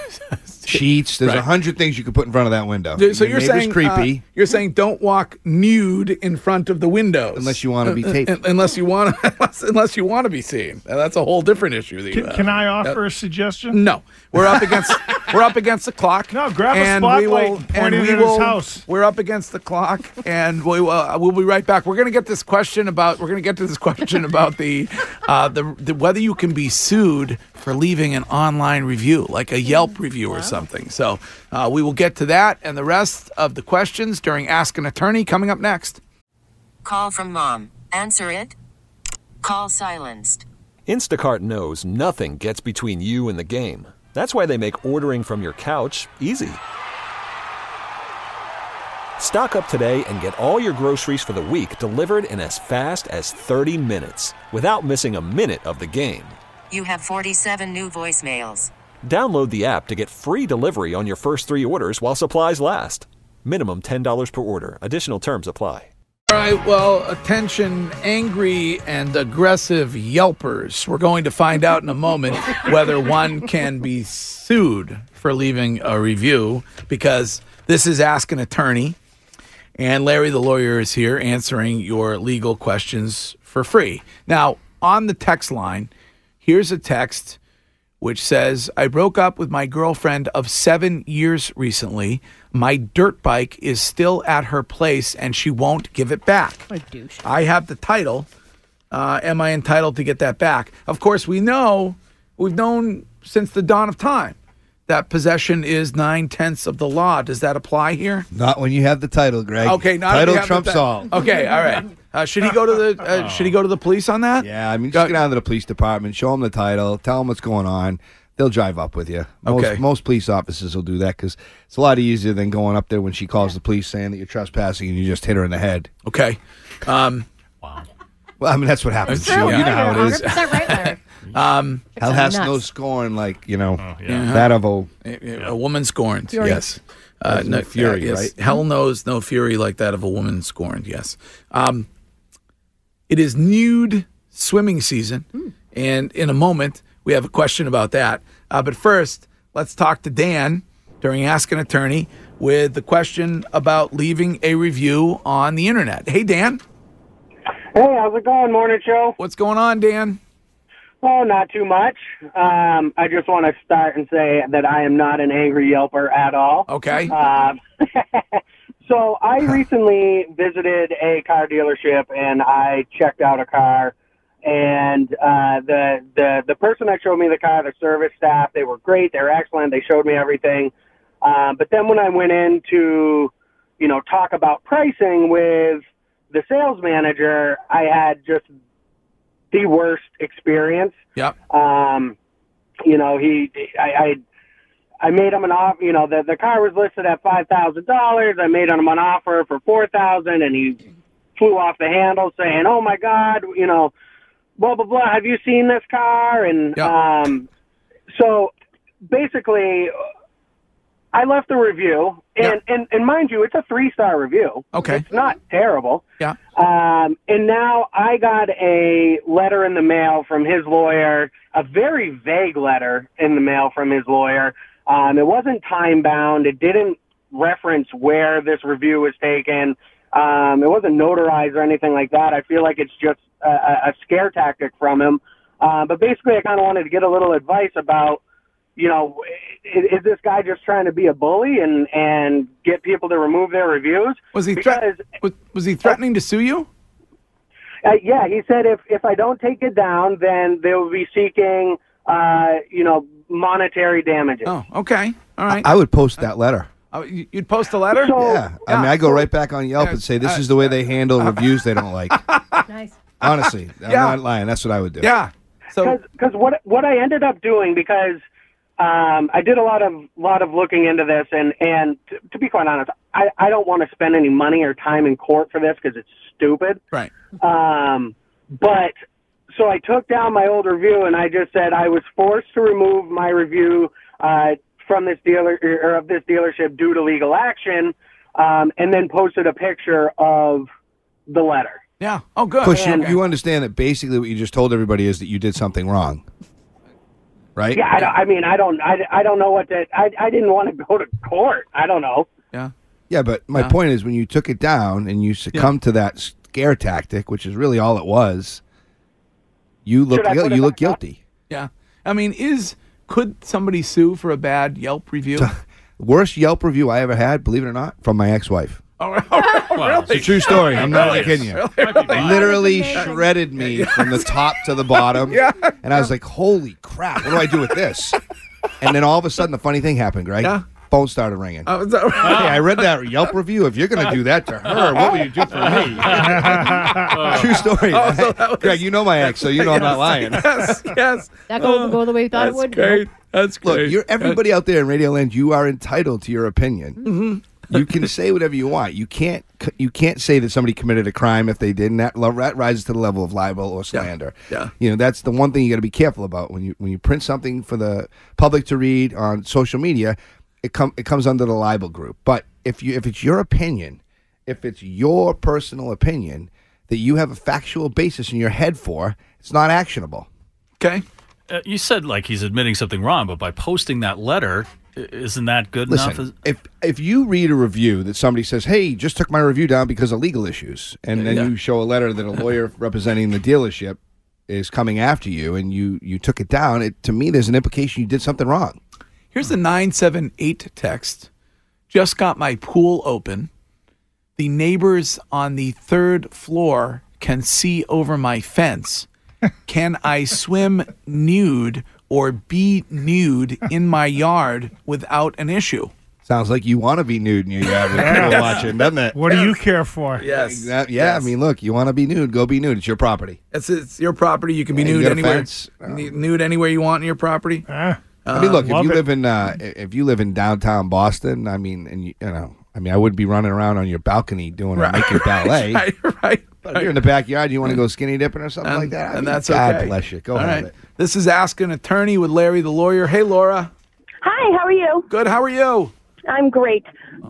[SPEAKER 6] sheets. There's a
[SPEAKER 4] Mm-hmm. Right.
[SPEAKER 6] hundred things you could put in front of that window.
[SPEAKER 4] So
[SPEAKER 6] Your
[SPEAKER 4] you're
[SPEAKER 6] neighbor's
[SPEAKER 4] saying
[SPEAKER 6] creepy.
[SPEAKER 4] uh, you're saying don't walk nude in front of the windows
[SPEAKER 6] Unless you wanna be
[SPEAKER 4] Uh,
[SPEAKER 6] taped.
[SPEAKER 4] uh, Unless you want to, <laughs> unless, unless you want to be seen. Uh, That's a whole different issue. that you
[SPEAKER 7] Can,
[SPEAKER 4] have.
[SPEAKER 7] can I
[SPEAKER 4] Uh,
[SPEAKER 7] offer a suggestion?
[SPEAKER 4] No, we're up against we're up against the clock. No,
[SPEAKER 7] grab a spotlight and point it at his house.
[SPEAKER 4] We're up against the clock, and we will, uh, we'll be right back. We're going to get this question about we're going to get to this question about the, uh, the the whether you can be sued for leaving an online review, like a Yelp review or something. So uh, we will get to that and the rest of the questions during Ask an Attorney coming up next.
[SPEAKER 16] Call from mom. Answer it. Call silenced.
[SPEAKER 17] Instacart knows nothing gets between you and the game. That's why they make ordering from your couch easy. Stock up today and get all your groceries for the week delivered in as fast as 30 minutes without missing a minute of the game.
[SPEAKER 16] You have 47 new voicemails.
[SPEAKER 17] Download the app to get free delivery on your first three orders while supplies last. Minimum $10 per order. Additional terms apply.
[SPEAKER 4] All right, well, attention, angry and aggressive yelpers. We're going to find out in a moment whether one can be sued for leaving a review because this is Ask an Attorney, and Larry the lawyer is here answering your legal questions for free. Now, on the text line, here's a text which says, I broke up with my girlfriend of seven years recently. My dirt bike is still at her place and she won't give it back. I have the title. Uh, am I entitled to get that back? Of course, we know, we've known since the dawn of time that possession is nine tenths of the law. Does that apply here?
[SPEAKER 6] Not when you have the title, Greg.
[SPEAKER 4] Okay, not
[SPEAKER 6] title
[SPEAKER 4] if you have the
[SPEAKER 6] trumps
[SPEAKER 4] ti-
[SPEAKER 6] all.
[SPEAKER 4] Okay, all right. Uh, should he go to the uh, Should he go to the police on that?
[SPEAKER 6] Yeah, I mean, just get down to the police department, show them the title, tell them what's going on. They'll drive up with you. Most,
[SPEAKER 4] Okay.
[SPEAKER 6] most police officers will do that because it's a lot easier than going up there when she calls the police saying that you're trespassing and you just hit her in the head.
[SPEAKER 4] Okay. Um,
[SPEAKER 6] wow. Well, I mean, that's what happens.
[SPEAKER 4] That's
[SPEAKER 6] too.
[SPEAKER 4] right,
[SPEAKER 6] You know how it is.
[SPEAKER 4] 100%
[SPEAKER 8] right,
[SPEAKER 6] <laughs>
[SPEAKER 8] Larry.
[SPEAKER 4] Um,
[SPEAKER 6] Hell has no scorn, like, you know,
[SPEAKER 4] yeah.
[SPEAKER 6] that of a.
[SPEAKER 4] Uh-huh. A, a woman scorned.
[SPEAKER 6] Fury.
[SPEAKER 4] Yes. Uh,
[SPEAKER 6] That's
[SPEAKER 4] no
[SPEAKER 6] no fury,
[SPEAKER 4] fury, yes.
[SPEAKER 6] right?
[SPEAKER 4] Hell knows no fury like that of a woman scorned. Yes. Um, it is nude swimming season,
[SPEAKER 6] Hmm.
[SPEAKER 4] and in a moment we have a question about that. Uh, but first, let's talk to Dan during Ask an Attorney with the question about leaving a review on the internet. Hey, Dan.
[SPEAKER 13] Hey, how's it going, morning show?
[SPEAKER 4] What's going on, Dan?
[SPEAKER 13] Oh, not too much. Um, I just want to start and say that I am not an angry yelper at all.
[SPEAKER 4] Okay.
[SPEAKER 13] Um, so I recently visited a car dealership and I checked out a car, and uh, the the the person that showed me the car, the service staff, they were great. They were excellent. They showed me everything. Um, but then when I went in to, you know, talk about pricing with the sales manager, I had just the worst experience.
[SPEAKER 4] Yep.
[SPEAKER 13] Um, you know, he, I, I, I made him an offer. You know, the the car was listed at five thousand dollars. I made him an offer for four thousand, and he flew off the handle, saying, "Oh my God, you know, blah blah blah. Have you seen this car?" And um, so basically, I left the review, and and, and mind you, it's a three star review.
[SPEAKER 4] Okay.
[SPEAKER 13] it's not terrible.
[SPEAKER 4] Yeah.
[SPEAKER 13] Um, and now I got a letter in the mail from his lawyer, a very vague letter in the mail from his lawyer. Um, it wasn't time bound. It didn't reference where this review was taken. Um, it wasn't notarized or anything like that. I feel like it's just a, a a scare tactic from him. Uh, but basically, I kind of wanted to get a little advice about, you know, is, is this guy just trying to be a bully and and get people to remove their reviews?
[SPEAKER 4] Was he
[SPEAKER 13] because
[SPEAKER 4] threat- was, was he threatening to sue you?
[SPEAKER 13] uh, yeah, he said if if I don't take it down, then they will be seeking, uh, you know, monetary damages.
[SPEAKER 4] Oh, okay. All right.
[SPEAKER 6] I would post that letter.
[SPEAKER 4] Uh, you- You'd post a letter.
[SPEAKER 6] yeah. I mean, I go right back on Yelp and say, this
[SPEAKER 4] Uh,
[SPEAKER 6] is the way they handle reviews they don't like.
[SPEAKER 8] <laughs> nice.
[SPEAKER 6] Honestly, I'm
[SPEAKER 13] Yeah.
[SPEAKER 6] not lying. That's what I would do.
[SPEAKER 4] Yeah.
[SPEAKER 13] because what what I ended up doing because um, I did a lot of lot of looking into this, and and t- to be quite honest, I I don't want to spend any money or time in court for this because it's stupid.
[SPEAKER 4] Right.
[SPEAKER 13] Um, But so I took down my old review and I just said I was forced to remove my review uh, from this dealer or of this dealership due to legal action, um, and then posted a picture of the letter.
[SPEAKER 4] Yeah. Oh, good.
[SPEAKER 6] Push, you,
[SPEAKER 13] And-
[SPEAKER 6] you understand that basically what you just told everybody is that you did something wrong, right?
[SPEAKER 13] Yeah, I, don't- I mean, I don't, I, I don't know what that. I, I didn't want to go to court. I don't know.
[SPEAKER 4] Yeah.
[SPEAKER 6] Yeah, but my
[SPEAKER 13] Yeah.
[SPEAKER 6] point is when you took it down and you succumbed to that scare tactic, which is really all it was, you look
[SPEAKER 4] Should I
[SPEAKER 6] guil-
[SPEAKER 4] put it
[SPEAKER 6] you look guilty.
[SPEAKER 4] Yeah. I mean, is could somebody sue for a bad Yelp review?
[SPEAKER 6] <laughs> Worst Yelp review I ever had, believe it or not, from my
[SPEAKER 4] <laughs>
[SPEAKER 6] ex-wife.
[SPEAKER 4] Well,
[SPEAKER 6] It's a true story. I'm not
[SPEAKER 4] Oh, Really?
[SPEAKER 6] kidding you.
[SPEAKER 4] Really?
[SPEAKER 6] Literally shredded me from the top to the bottom.
[SPEAKER 4] <laughs> Yeah.
[SPEAKER 6] And I was like, holy crap, what do I do with this? And then all of a sudden, the funny thing happened, Greg. Phone started ringing.
[SPEAKER 4] Oh, is that
[SPEAKER 6] Hey, I
[SPEAKER 4] <laughs>
[SPEAKER 6] read that Yelp review. If you're going to do that to her, what will you do for me?
[SPEAKER 4] Oh.
[SPEAKER 6] True
[SPEAKER 4] <laughs>
[SPEAKER 6] story. Greg, you know my ex, so you know I'm not lying.
[SPEAKER 4] yes, <laughs> yes. Oh,
[SPEAKER 8] That go, go the way we thought it would. Nope.
[SPEAKER 4] That's
[SPEAKER 6] Look, you're everybody out there in Radio Land. You are entitled to your opinion. Mm-hmm. You
[SPEAKER 4] <laughs>
[SPEAKER 6] can say whatever you want. You can't. You can't say that somebody committed a crime if they didn't. That, lo- that rises to the level of libel or slander.
[SPEAKER 4] Yeah.
[SPEAKER 6] You know that's the one thing you got to be careful about when you when you print something for the public to read on social media. It come it comes under the libel group. But if you if it's your opinion, if it's your personal opinion that you have a factual basis in your head for, it's not actionable.
[SPEAKER 4] Okay.
[SPEAKER 10] Uh, you said like he's admitting something wrong, but by posting that letter, i- isn't that good
[SPEAKER 6] Listen,
[SPEAKER 10] enough? Is-
[SPEAKER 6] if if you read a review that somebody says, "Hey, just took my review down because of legal issues," and then
[SPEAKER 4] Yeah.
[SPEAKER 6] you show a letter that a lawyer representing the dealership is coming after you, and you you took it down, it to me there's an implication you did something wrong.
[SPEAKER 4] Here's the 978 text. Just got my pool open. The neighbors on the third floor can see over
[SPEAKER 6] <laughs>
[SPEAKER 4] my fence. Can I swim nude or be nude in my yard without an issue?
[SPEAKER 6] Sounds like you want to be nude in your yard with people
[SPEAKER 4] Yes.
[SPEAKER 6] watching, doesn't it?
[SPEAKER 7] What do you care for?
[SPEAKER 4] Yes.
[SPEAKER 6] That- yeah, I mean, look, you want to be nude, go be nude. It's your property.
[SPEAKER 4] It's, it's your property. You can be
[SPEAKER 6] Yeah, you
[SPEAKER 4] nude
[SPEAKER 6] got a
[SPEAKER 4] anywhere.
[SPEAKER 6] fence. Oh.
[SPEAKER 4] Nu- Nude anywhere you want in your property.
[SPEAKER 6] I mean,
[SPEAKER 4] Uh,
[SPEAKER 6] look, if
[SPEAKER 4] love
[SPEAKER 6] you
[SPEAKER 4] it.
[SPEAKER 6] live in uh, i- if you live in downtown Boston, I mean, and you, you know, I mean, I wouldn't be running around on your balcony doing
[SPEAKER 4] <laughs> Right,
[SPEAKER 6] a naked ballet.
[SPEAKER 4] right,
[SPEAKER 6] But if you're in the backyard, you want to go skinny dipping or something like that, I mean,
[SPEAKER 4] and that's
[SPEAKER 6] God
[SPEAKER 4] okay.
[SPEAKER 6] bless you. Go
[SPEAKER 4] All
[SPEAKER 6] have
[SPEAKER 4] right.
[SPEAKER 6] it.
[SPEAKER 4] This is Ask an Attorney with Larry the Lawyer. Hey, Laura.
[SPEAKER 18] Hi, how are you?
[SPEAKER 4] Good. How are you?
[SPEAKER 18] I'm great.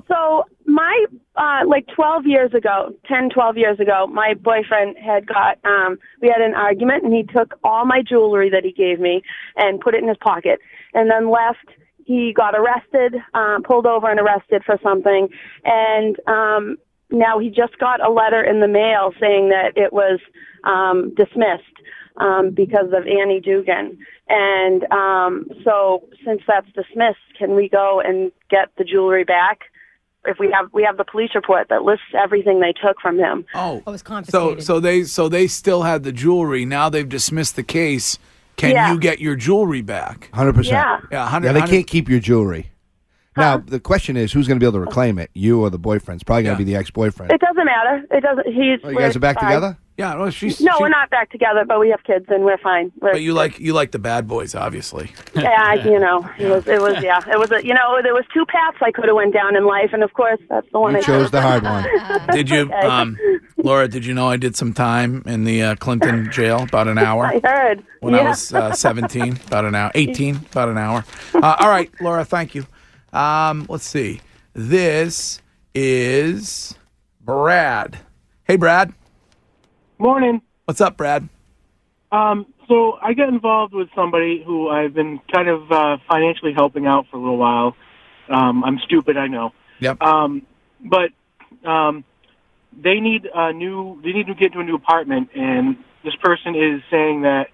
[SPEAKER 18] So, my, uh, like 12 years ago, 10, 12 years ago, my boyfriend had got, um, we had an argument and he took all my jewelry that he gave me and put it in his pocket and then left. He got arrested, uh, pulled over and arrested for something. And, um, now he just got a letter in the mail saying that it was, um, dismissed. Um, because of Annie Dugan. And um, so, since that's dismissed, can we go and get the jewelry back? if we have we have the police report that lists everything they took from him.
[SPEAKER 4] Oh,
[SPEAKER 8] was
[SPEAKER 4] So,
[SPEAKER 8] confiscated.
[SPEAKER 4] so they, so they still had the jewelry. Now they've dismissed the case. Can
[SPEAKER 18] Yeah.
[SPEAKER 4] you get your jewelry back?
[SPEAKER 6] Hundred percent.
[SPEAKER 18] Yeah.
[SPEAKER 4] Yeah, 100
[SPEAKER 6] Yeah, they
[SPEAKER 4] 100
[SPEAKER 6] can't keep your jewelry. Now the question is, who's going to be able to reclaim it? You or the boyfriend? It's probably going to be the ex-boyfriend.
[SPEAKER 18] It doesn't matter. It doesn't. He's.
[SPEAKER 6] Oh, you guys
[SPEAKER 18] we're
[SPEAKER 6] are back
[SPEAKER 18] fine.
[SPEAKER 6] together?
[SPEAKER 4] Yeah. Well, she's.
[SPEAKER 18] no,
[SPEAKER 4] she-
[SPEAKER 18] we're not back together, but we have kids and we're fine. We're,
[SPEAKER 4] But you like you like the bad boys, obviously.
[SPEAKER 18] <laughs>
[SPEAKER 4] <laughs>
[SPEAKER 18] yeah, you know, it was it was yeah, it was a, you know there was two paths I could have went down in life, and of course that's the one
[SPEAKER 4] You
[SPEAKER 18] I
[SPEAKER 4] chose the
[SPEAKER 18] <laughs>
[SPEAKER 4] hard
[SPEAKER 6] one.
[SPEAKER 4] Did you, um, Laura? Did you know I did some time in the uh, Clinton jail, about
[SPEAKER 18] <laughs>
[SPEAKER 4] an hour
[SPEAKER 18] I heard.
[SPEAKER 4] when I
[SPEAKER 18] Yeah. <laughs>
[SPEAKER 4] was uh, 17, about an hour, 18, about an hour. Uh, all right, Laura, thank you. Um, let's see. This is Brad. Hey, Brad.
[SPEAKER 11] Morning.
[SPEAKER 4] What's up, Brad?
[SPEAKER 11] Um, so I got involved with somebody who I've been kind of uh, financially helping out for a little while. Um, I'm stupid, I know.
[SPEAKER 4] Yep.
[SPEAKER 11] Um, but um, they need a new. They need to get into a new apartment, and this person is saying that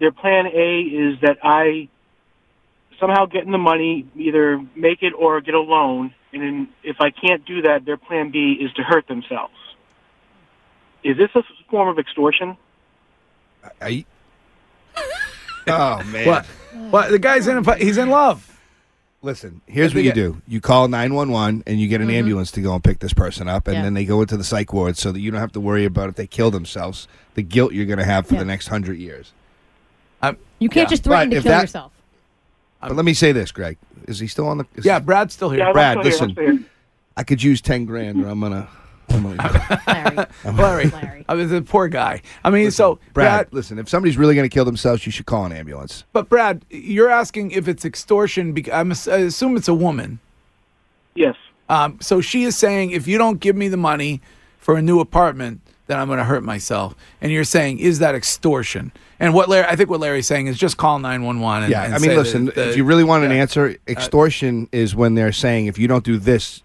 [SPEAKER 11] their plan A is that I somehow get in the money, either make it or get a loan, and then if I can't do that, their plan B is to hurt themselves. Is this a form of extortion?
[SPEAKER 6] Are you- <laughs> oh man.
[SPEAKER 4] What? What? The guy's in. A, he's in love.
[SPEAKER 6] Listen, Here's what you do: you call nine one one, and you get an
[SPEAKER 8] Mm-hmm.
[SPEAKER 6] ambulance to go and pick this person up, and
[SPEAKER 4] Yeah.
[SPEAKER 6] then they go into the psych ward, so that you don't have to worry about if they kill themselves, the guilt you're going to have for the next hundred years.
[SPEAKER 8] You can't
[SPEAKER 6] Yeah.
[SPEAKER 8] just threaten
[SPEAKER 6] But
[SPEAKER 8] to
[SPEAKER 6] if
[SPEAKER 8] kill
[SPEAKER 6] that-
[SPEAKER 8] yourself.
[SPEAKER 6] But let me say this, Greg: is he still on the? is-
[SPEAKER 4] Yeah, Brad's still here.
[SPEAKER 6] Brad, listen, I could use ten grand, or I'm gonna. Emily. Larry.
[SPEAKER 4] Larry. <laughs> I mean, the poor guy. I mean, so
[SPEAKER 6] Brad, listen, if somebody's really going to kill themselves, you should call an ambulance.
[SPEAKER 4] But Brad, you're asking if it's extortion. Because I'm, ass- I assume it's a woman.
[SPEAKER 11] Yes.
[SPEAKER 4] Um, so she is saying, if you don't give me the money for a new apartment, then I'm going to hurt myself. And you're saying, is that extortion? And what Larry, I think what Larry's saying is just call 911. And,
[SPEAKER 6] yeah,
[SPEAKER 4] and
[SPEAKER 6] I
[SPEAKER 4] say
[SPEAKER 6] mean, listen,
[SPEAKER 4] that the- Uh,
[SPEAKER 6] if you really want an answer, extortion is when they're saying if you don't do this,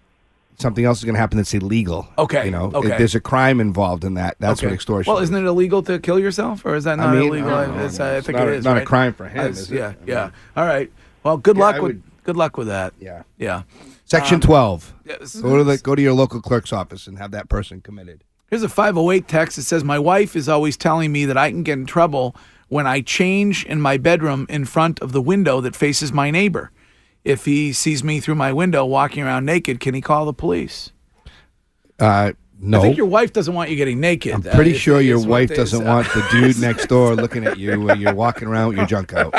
[SPEAKER 6] something else is going to happen that's illegal.
[SPEAKER 4] Okay,
[SPEAKER 6] you know,
[SPEAKER 4] okay.
[SPEAKER 6] If there's a crime involved in that. That's what
[SPEAKER 4] Okay.
[SPEAKER 6] extortion.
[SPEAKER 4] Well, isn't it illegal to kill yourself, or is that
[SPEAKER 6] I
[SPEAKER 4] not
[SPEAKER 6] mean,
[SPEAKER 4] illegal?
[SPEAKER 6] I
[SPEAKER 4] I,
[SPEAKER 6] don't know.
[SPEAKER 4] it's- I
[SPEAKER 6] It's
[SPEAKER 4] think
[SPEAKER 6] not
[SPEAKER 4] it
[SPEAKER 6] a-
[SPEAKER 4] is.
[SPEAKER 6] not a
[SPEAKER 4] right?
[SPEAKER 6] crime for him,
[SPEAKER 4] I
[SPEAKER 6] is it?
[SPEAKER 4] Yeah,
[SPEAKER 6] I
[SPEAKER 4] yeah. All right. Well, good
[SPEAKER 6] Yeah,
[SPEAKER 4] luck
[SPEAKER 6] I
[SPEAKER 4] with
[SPEAKER 6] would-
[SPEAKER 4] good luck with that. Yeah, yeah.
[SPEAKER 6] Section
[SPEAKER 4] Um,
[SPEAKER 6] twelve.
[SPEAKER 4] yeah, this is-
[SPEAKER 6] go to the go to your local clerk's office and have that person committed.
[SPEAKER 4] Here's a 508 text that says, My wife is always telling me that I can get in trouble when I change in my bedroom in front of the window that faces my neighbor. If he sees me through my window walking around naked, can he call the police?
[SPEAKER 6] Uh, no,
[SPEAKER 4] I think your wife doesn't want you getting naked.
[SPEAKER 6] I'm pretty
[SPEAKER 4] Uh, is-
[SPEAKER 6] sure your
[SPEAKER 4] is what
[SPEAKER 6] wife
[SPEAKER 4] they-
[SPEAKER 6] doesn't want the
[SPEAKER 4] <laughs>
[SPEAKER 6] dude next door looking at you when you're walking around with your junk out.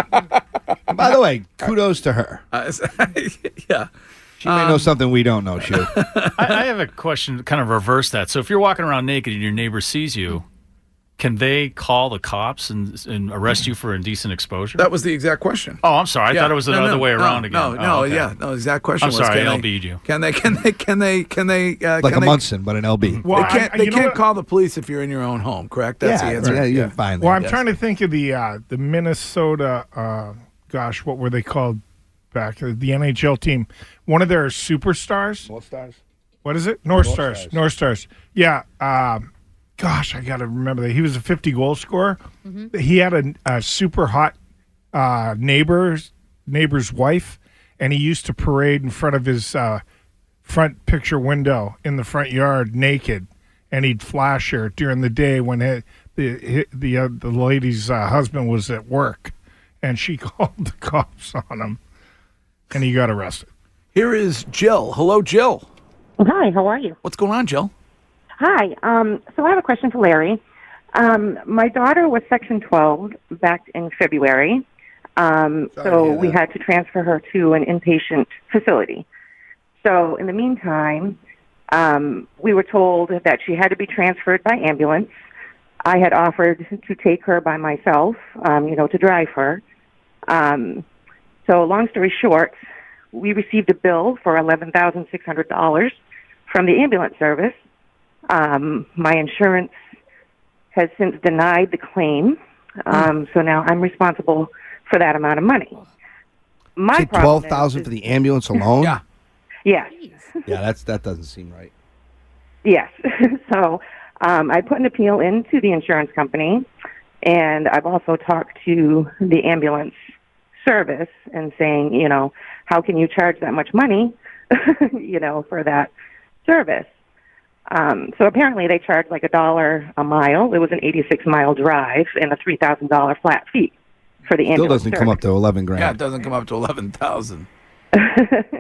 [SPEAKER 6] And by the way, kudos to her.
[SPEAKER 4] Uh, <laughs> yeah.
[SPEAKER 6] She may know
[SPEAKER 4] Um,
[SPEAKER 6] something we don't
[SPEAKER 4] <laughs>
[SPEAKER 6] know, Shu.
[SPEAKER 10] <laughs> I, I have a question to kind of reverse that. So if you're walking around naked and your neighbor sees you, can they call the cops and, and arrest you for indecent exposure?
[SPEAKER 4] That was the exact question.
[SPEAKER 10] Oh, I'm sorry. I thought it was the
[SPEAKER 4] No,
[SPEAKER 10] other
[SPEAKER 4] no,
[SPEAKER 10] way
[SPEAKER 4] no,
[SPEAKER 10] around again.
[SPEAKER 4] No,
[SPEAKER 10] Oh,
[SPEAKER 4] no,
[SPEAKER 10] okay.
[SPEAKER 4] yeah. No, exact question
[SPEAKER 10] I'm
[SPEAKER 4] was
[SPEAKER 10] sorry,
[SPEAKER 4] can
[SPEAKER 10] I
[SPEAKER 4] they-
[SPEAKER 10] LB'd you.
[SPEAKER 4] Can they can they can they can they uh,
[SPEAKER 6] like
[SPEAKER 4] can
[SPEAKER 6] a
[SPEAKER 4] they,
[SPEAKER 6] Munson, but an LB.
[SPEAKER 4] they can't they can't call the police if you're in your own home, correct? That's the answer.
[SPEAKER 7] Well, I'm trying to think of the uh, the Minnesota. Uh, gosh, what were they called back? Uh, The NHL team. One of their superstars.
[SPEAKER 6] North Stars.
[SPEAKER 7] What is it? North,
[SPEAKER 6] North
[SPEAKER 7] Stars. North Stars. Yeah. Um, gosh, I got to remember that he was a 50 goal scorer. He had a, a super hot uh, neighbor's neighbor's wife, and he used to parade in front of his uh, front picture window in the front yard naked, and he'd flash her during the day when he, the he, the uh, the lady's uh, husband was at work, and she <laughs> called the cops on him, and he got arrested.
[SPEAKER 4] Here is Jill. Hello, Jill.
[SPEAKER 19] Hi, how are you?
[SPEAKER 4] What's going on, Jill?
[SPEAKER 19] Hi. Um, so I have a question for Larry. Um, my daughter was Section 12 back in February, um, so we had to transfer her to an inpatient facility. So in the meantime, um, we were told that she had to be transferred by ambulance. I had offered to take her by myself, um, you know, to drive her. Um, so long story short, we received a bill for eleven thousand six hundred dollars from the ambulance service. Um, my insurance has since denied the claim, um, so now I'm responsible for that amount of money. My problem
[SPEAKER 6] Twelve
[SPEAKER 19] is-
[SPEAKER 6] thousand for the ambulance alone. yeah,
[SPEAKER 19] Yes,
[SPEAKER 6] yeah, that's that doesn't seem right.
[SPEAKER 19] yes. <laughs> so um, I put an appeal into the insurance company, and I've also talked to the ambulance service and saying, you know, how can you charge that much money, <laughs> you know, for that service? Um, so apparently they charge like a dollar a mile. It was an 86 mile drive and a $3,000 flat fee for the
[SPEAKER 6] Still
[SPEAKER 19] ambulance
[SPEAKER 6] doesn't come up to eleven grand.
[SPEAKER 4] Yeah, it doesn't come up to eleven thousand.
[SPEAKER 19] service. <laughs>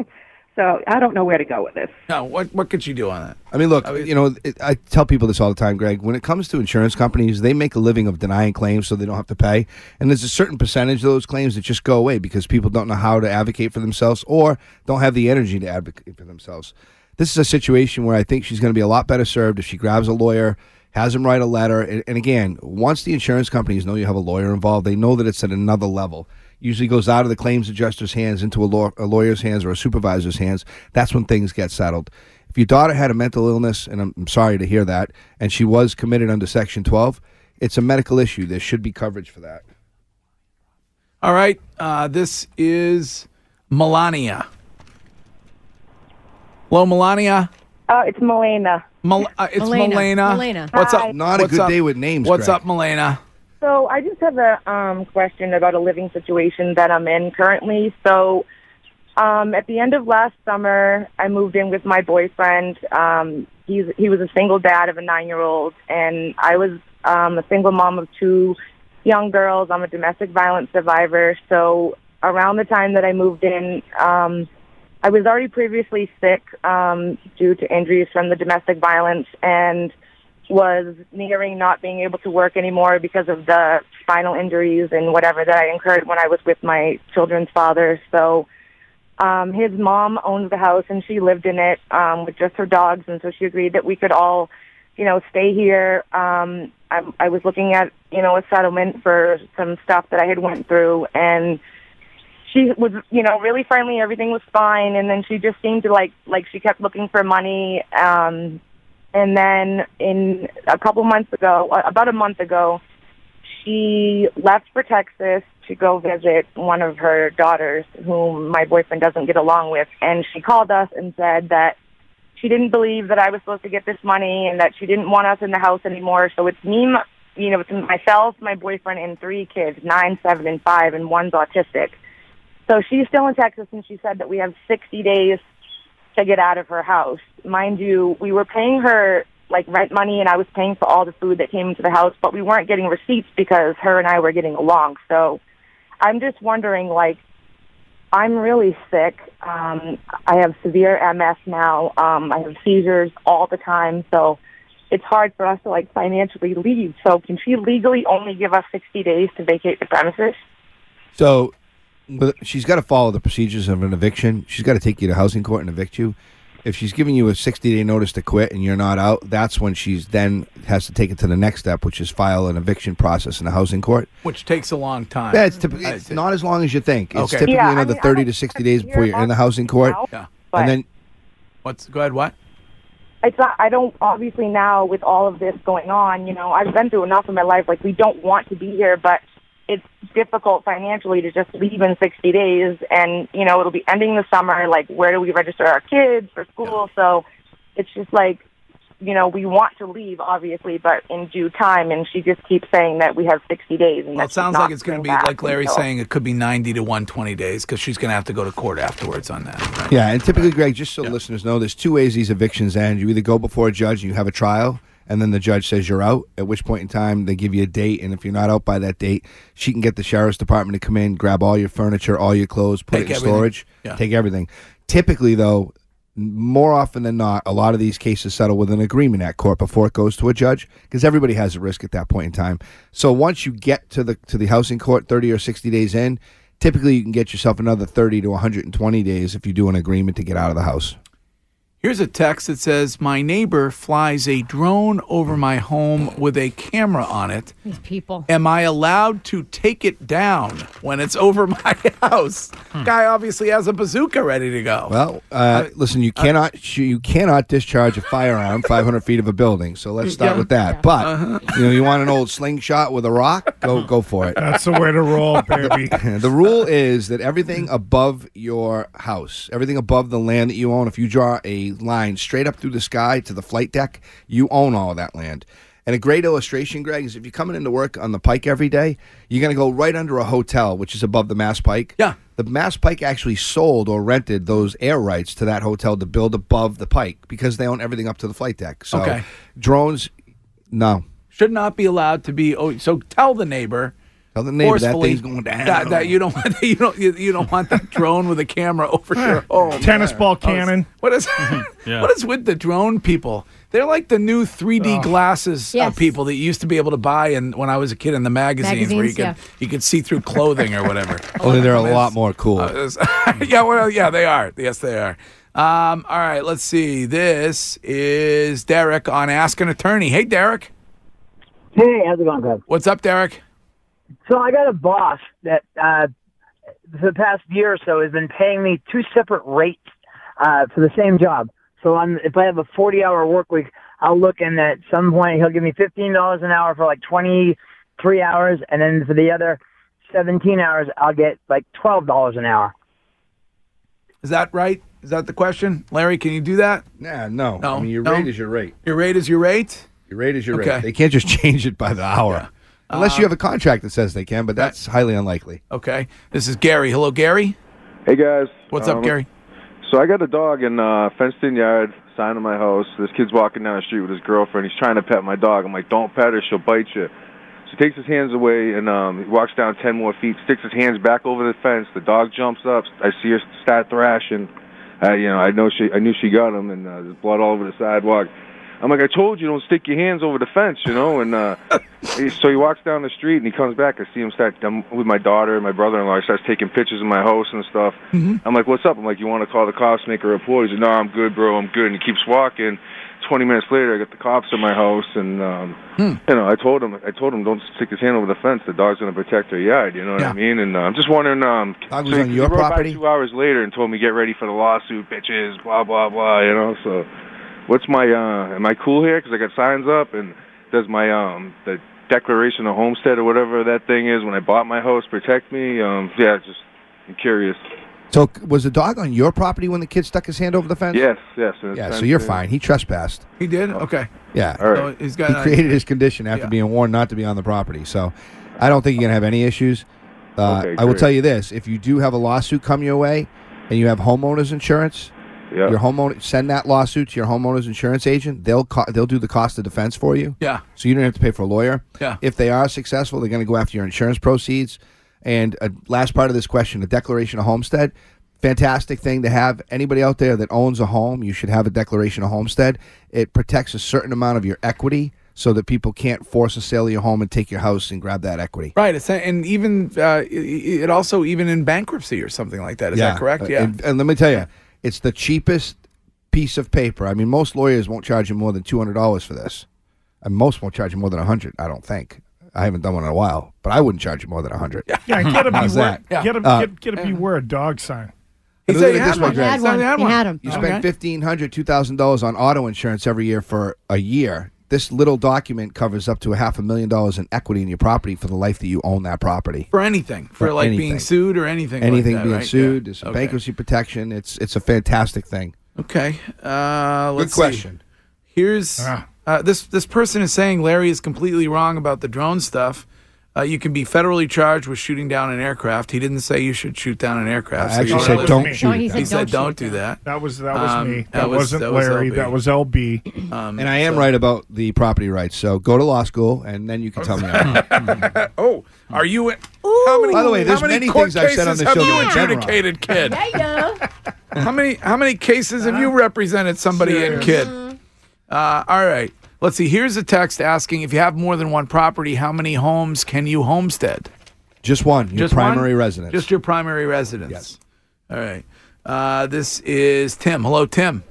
[SPEAKER 19] So I don't know where to go with this.
[SPEAKER 4] Now, what what could she do on that?
[SPEAKER 6] I mean, look, you know, it, I tell people this all the time, Greg. When it comes to insurance companies, they make a living of denying claims so they don't have to pay. And there's a certain percentage of those claims that just go away because people don't know how to advocate for themselves or don't have the energy to advocate for themselves. This is a situation where I think she's going to be a lot better served if she grabs a lawyer, has him write a letter. And, and again, once the insurance companies know you have a lawyer involved, they know that it's at another level. Usually goes out of the claims adjuster's hands into a, law, a lawyer's hands or a supervisor's hands. That's when things get settled. If your daughter had a mental illness, and I'm, I'm sorry to hear that, and she was committed under Section 12, it's a medical issue. There should be coverage for that.
[SPEAKER 4] All right, uh, this is Melania. Hello, Melania.
[SPEAKER 20] Oh, it's Melena.
[SPEAKER 4] Mel- uh, it's Melena. What's up? What's up? What's up, Melena?
[SPEAKER 20] So I just have a um, question about a living situation that I'm in currently. So um, at the end of last summer, I moved in with my boyfriend. Um, he's he was a single dad of a nine year old, and I was um, a single mom of two young girls. I'm a domestic violence survivor. So around the time that I moved in, um, I was already previously sick um, due to injuries from the domestic violence, and was nearing not being able to work anymore because of the spinal injuries and whatever that I incurred when I was with my children's father. So Um, his mom owns the house and she lived in it um, with just her dogs, and so she agreed that we could all, you know, stay here. Um, I, I was looking at you know a settlement for some stuff that I had went through, and she was you know really friendly. Everything was fine, and then she just seemed to like like she kept looking for money. Um, and then in a couple months ago, uh, about a month ago, she left for Texas to go visit one of her daughters, whom my boyfriend doesn't get along with. And she called us and said that she didn't believe that I was supposed to get this money and that she didn't want us in the house anymore. So it's me, m- you know, it's myself, my boyfriend, and three kids nine, seven, and five, and one's autistic. So she's still in Texas, and she said that we have 60 days to get out of her house. Mind you, we were paying her like rent money and I was paying for all the food that came into the house, but we weren't getting receipts because her and I were getting along. So I'm just wondering like I'm really sick. Um I have severe MS now. Um I have seizures all the time, so it's hard for us to like financially leave. So can she legally only give us 60 days to vacate the premises?
[SPEAKER 6] So but she's got to follow the procedures of an eviction. She's got to take you to housing court and evict you. If she's giving you a 60 day notice to quit and you're not out, that's when she's then has to take it to the next step, which is file an eviction process in the housing court.
[SPEAKER 4] which takes a long time.
[SPEAKER 6] Yeah, it's, typ- it's not as long as you think. It's
[SPEAKER 4] Okay.
[SPEAKER 6] typically
[SPEAKER 4] Yeah, I
[SPEAKER 6] another
[SPEAKER 4] mean, I
[SPEAKER 6] 30 to 60 days before you're in the housing court.
[SPEAKER 20] now, Yeah. but-
[SPEAKER 6] And then
[SPEAKER 4] What's go ahead? What?
[SPEAKER 20] it's not, I don't obviously now with all of this going on, you know, I've been through enough in my life. Like we don't want to be here, but it's difficult financially to just leave in 60 days and, you know, it'll be ending the summer. Like where do we register our kids for school? So it's just like, you know, we want to leave obviously, but in due time. And she just keeps saying that we have 60 days. And
[SPEAKER 4] Well, it
[SPEAKER 20] that she's
[SPEAKER 4] sounds
[SPEAKER 20] not
[SPEAKER 4] like it's going to be
[SPEAKER 20] coming back
[SPEAKER 4] like Larry's
[SPEAKER 20] until-
[SPEAKER 4] saying it could be 90 to 120 days because she's going to have to go to court afterwards on that. right?
[SPEAKER 6] Yeah, and typically, Greg, just so listeners know, there's two ways these evictions end. You either go before a judge and you have a trial, and then the judge says you're out, at which point in time they give you a date, and if you're not out by that date, she can get the sheriff's department to come in, grab all your furniture, all your clothes, put
[SPEAKER 4] Take
[SPEAKER 6] it in
[SPEAKER 4] everything.
[SPEAKER 6] storage,
[SPEAKER 4] Yeah.
[SPEAKER 6] take everything. Typically, though, more often than not, a lot of these cases settle with an agreement at court before it goes to a judge because everybody has a risk at that point in time. So once you get to the to the housing court, thirty or sixty days in, typically you can get yourself another thirty to one hundred and twenty days if you do an agreement to get out of the house.
[SPEAKER 4] Here's a text that says, My neighbor flies a drone over my home with a camera on it.
[SPEAKER 8] These people.
[SPEAKER 4] Am I allowed to take it down when it's over <laughs> my house?
[SPEAKER 6] Hmm.
[SPEAKER 4] Guy obviously has a bazooka ready to go.
[SPEAKER 6] Well, uh, listen, you cannot sh- you cannot discharge a firearm 500 feet of a building. So let's start
[SPEAKER 4] Yeah.
[SPEAKER 6] with that. But you know, you want an old slingshot with a rock? Go go for it.
[SPEAKER 7] That's the way to roll, baby.
[SPEAKER 6] <laughs> the rule is that everything above your house, everything above the land that you own, if you draw a line straight up through the sky to the flight deck, you own all of that land. And a great illustration, Greg, is if you're coming into work on the Pike every day, you're going to go right under a hotel, which is above the Mass Pike. Yeah. The Mass Pike actually sold or rented those air rights to that hotel to build above the Pike because they own everything up to the flight deck. So
[SPEAKER 4] Okay.
[SPEAKER 6] drones, no.
[SPEAKER 4] Should not be allowed to be. Oh, so tell the neighbor.
[SPEAKER 6] Tell the neighbor that
[SPEAKER 4] forcefully
[SPEAKER 6] thing's going down.
[SPEAKER 4] That, that you don't <laughs> want. You don't. You, you don't want that drone with a camera over your home.
[SPEAKER 7] Tennis ball
[SPEAKER 4] Oh, it's-
[SPEAKER 7] cannon.
[SPEAKER 4] What is? What is with the drone people? They're like the new 3D
[SPEAKER 7] Ugh.
[SPEAKER 4] glasses uh,
[SPEAKER 7] Yes.
[SPEAKER 4] people that you used to be able to buy in, when I was a kid in the magazines, where you
[SPEAKER 7] Magazines,
[SPEAKER 4] could
[SPEAKER 7] yeah.
[SPEAKER 4] you could see through clothing or whatever.
[SPEAKER 6] Only Oh, they're a
[SPEAKER 4] It's-
[SPEAKER 6] lot more cool.
[SPEAKER 4] uh, it's- <laughs> yeah, well, yeah, they are. Yes, they are. Um, all right, let's see. This is Derek on Ask an Attorney. Hey, Derek.
[SPEAKER 21] Hey, how's it going, guys?
[SPEAKER 4] What's up, Derek?
[SPEAKER 21] So I got a boss that uh, for the past year or so has been paying me two separate rates uh, for the same job. So I'm, if I have a 40-hour work week, I'll look and at some point he'll give me $15 an hour for like 23 hours, and then for the other 17 hours, I'll get like $12 an hour.
[SPEAKER 4] Is that right? Is that the question, Larry? Can you do that?
[SPEAKER 6] Nah, no.
[SPEAKER 4] No,
[SPEAKER 6] I mean, your
[SPEAKER 4] no.
[SPEAKER 6] rate is your rate.
[SPEAKER 4] Your rate is your rate.
[SPEAKER 6] Your rate is your
[SPEAKER 4] Okay.
[SPEAKER 6] rate. They can't just <laughs> change it by the hour. Unless
[SPEAKER 4] Uh,
[SPEAKER 6] you have a contract that says they can, but that's highly unlikely.
[SPEAKER 4] Okay. This is Gary. Hello, Gary.
[SPEAKER 22] Hey guys,
[SPEAKER 4] What's up,
[SPEAKER 22] Um,
[SPEAKER 4] Gary?
[SPEAKER 22] So I got a dog in uh, fenced-in yard, sign of my house. This kid's walking down the street with his girlfriend. He's trying to pet my dog. I'm like, don't pet her, she'll bite you. So he takes his hands away and um, he walks down ten more feet, sticks his hands back over the fence. The dog jumps up. I see her start thrashing. I, you know, I know she, I knew she got him, and uh, there's blood all over the sidewalk. I'm like, I told you, don't stick your hands over the fence, you know. And uh, he- so he walks down the street and he comes back. I see him start. I'm with my daughter and my brother-in-law. He starts taking pictures of my house and stuff.
[SPEAKER 4] Mm-hmm.
[SPEAKER 6] Mm-hmm.
[SPEAKER 22] I'm like, what's up? I'm like, you want to call the cops, make a report? He's like, no, I'm good, bro. I'm good. And he keeps walking. 20 minutes later, I got the cops at my house, and um,
[SPEAKER 6] Hmm.
[SPEAKER 22] you know, I told him, I told him, don't stick his hand over the fence. The dog's going to protect her yard. You know what I mean? And uh, I'm just wondering. Um,
[SPEAKER 6] Dog was
[SPEAKER 22] he-
[SPEAKER 6] on
[SPEAKER 22] he
[SPEAKER 6] your
[SPEAKER 22] wrote back
[SPEAKER 6] property?
[SPEAKER 22] Two hours later, and told me get ready for the lawsuit, bitches. Blah blah blah. You know, so what's my? uh Am I cool here? Because I got signs up, and does my um the declaration of homestead or whatever that thing is when I bought my house protect me? Um, yeah, just I'm curious.
[SPEAKER 6] So was the dog on your property when the kid stuck his hand over the fence?
[SPEAKER 22] Yes, yes. and
[SPEAKER 6] Yeah.
[SPEAKER 22] it's-
[SPEAKER 6] So you're fine. He trespassed.
[SPEAKER 4] He did?
[SPEAKER 22] oh.
[SPEAKER 4] Okay.
[SPEAKER 6] Yeah.
[SPEAKER 4] All right. So he's got
[SPEAKER 6] he
[SPEAKER 4] an-
[SPEAKER 6] created his condition after being warned not to be on the property. So I don't think you're going to have any issues. Uh,
[SPEAKER 4] Okay,
[SPEAKER 6] I will
[SPEAKER 4] great.
[SPEAKER 6] tell you this if you do have a lawsuit come your way and you have homeowners insurance,
[SPEAKER 22] Yeah.
[SPEAKER 6] your homeowner send that lawsuit to your homeowners insurance agent. They'll co- they'll do the cost of defense for you.
[SPEAKER 4] Yeah.
[SPEAKER 6] So you don't have to pay for a lawyer.
[SPEAKER 4] Yeah.
[SPEAKER 6] If they are successful, they're going to go after your insurance proceeds. And uh, last part of this question, a declaration of homestead. Fantastic thing to have. Anybody out there that owns a home, you should have a declaration of homestead. It protects a certain amount of your equity so that people can't force a sale of your home and take your house and grab that equity.
[SPEAKER 4] Right. It's and even uh, it- it also even in bankruptcy or something like that. Is that correct?
[SPEAKER 6] Uh,
[SPEAKER 4] Yeah.
[SPEAKER 6] And, and let me tell you, it's the cheapest piece of paper. I mean, most lawyers won't charge you more than two hundred dollars for this, and most won't charge you more than a hundred. I don't think. I haven't done one in a while, but I wouldn't charge you more than a hundred.
[SPEAKER 7] <laughs> Yeah, get a
[SPEAKER 6] <laughs> How's
[SPEAKER 7] beware.
[SPEAKER 6] that?
[SPEAKER 7] Get a
[SPEAKER 6] Uh,
[SPEAKER 7] get, get a beware a dog sign.
[SPEAKER 6] But look at it this way, Greg. You
[SPEAKER 7] Okay.
[SPEAKER 6] spend fifteen hundred, two thousand dollars on auto insurance every year for a year. This little document covers up to a half a million dollars in equity in your property for the life that you own that property.
[SPEAKER 4] for anything, for,
[SPEAKER 6] For
[SPEAKER 4] like
[SPEAKER 6] anything.
[SPEAKER 4] being sued or anything. like
[SPEAKER 6] Anything
[SPEAKER 4] that,
[SPEAKER 6] being
[SPEAKER 4] right?
[SPEAKER 6] sued, there's
[SPEAKER 4] Yeah.
[SPEAKER 6] some
[SPEAKER 4] Okay.
[SPEAKER 6] bankruptcy protection. It's it's a fantastic thing.
[SPEAKER 4] Okay. Uh, let's see.
[SPEAKER 6] question. Ah.
[SPEAKER 4] Here's uh, this. This person is saying Larry is completely wrong about the drone stuff. Uh, you can be federally charged with shooting down an aircraft. He didn't say you should shoot down an aircraft.
[SPEAKER 6] I
[SPEAKER 4] so
[SPEAKER 6] actually
[SPEAKER 4] you're
[SPEAKER 6] said
[SPEAKER 4] not
[SPEAKER 6] don't
[SPEAKER 4] listening.
[SPEAKER 6] shoot No, he it said down.
[SPEAKER 4] He
[SPEAKER 6] don't
[SPEAKER 4] said don't
[SPEAKER 6] shoot
[SPEAKER 4] do that.
[SPEAKER 7] That was that was
[SPEAKER 4] Um,
[SPEAKER 7] me. That, wasn't Larry.
[SPEAKER 4] LB.
[SPEAKER 7] that was LB.
[SPEAKER 4] <clears throat> Um,
[SPEAKER 6] And I am right about the property rights. So go to law school, and then you can tell me.
[SPEAKER 4] <laughs>
[SPEAKER 6] I'm wrong.
[SPEAKER 4] Oh, are you? how many?
[SPEAKER 6] By the way, there's
[SPEAKER 4] how many,
[SPEAKER 6] many
[SPEAKER 4] court
[SPEAKER 6] things I've said on
[SPEAKER 4] cases
[SPEAKER 6] this
[SPEAKER 4] have
[SPEAKER 6] show
[SPEAKER 4] you
[SPEAKER 6] that are wrong.
[SPEAKER 4] adjudicated, kid? how many? How many cases have
[SPEAKER 6] Uh-huh.
[SPEAKER 4] you represented somebody in, kid? Uh, all right. Let's see. Here's a text asking if you have more than one property, how many homes can you homestead?
[SPEAKER 6] Just one, your
[SPEAKER 4] Just
[SPEAKER 6] primary
[SPEAKER 4] one?
[SPEAKER 6] residence.
[SPEAKER 4] Just your primary residence. Yes. All right. Uh, this is Tim. Hello, Tim.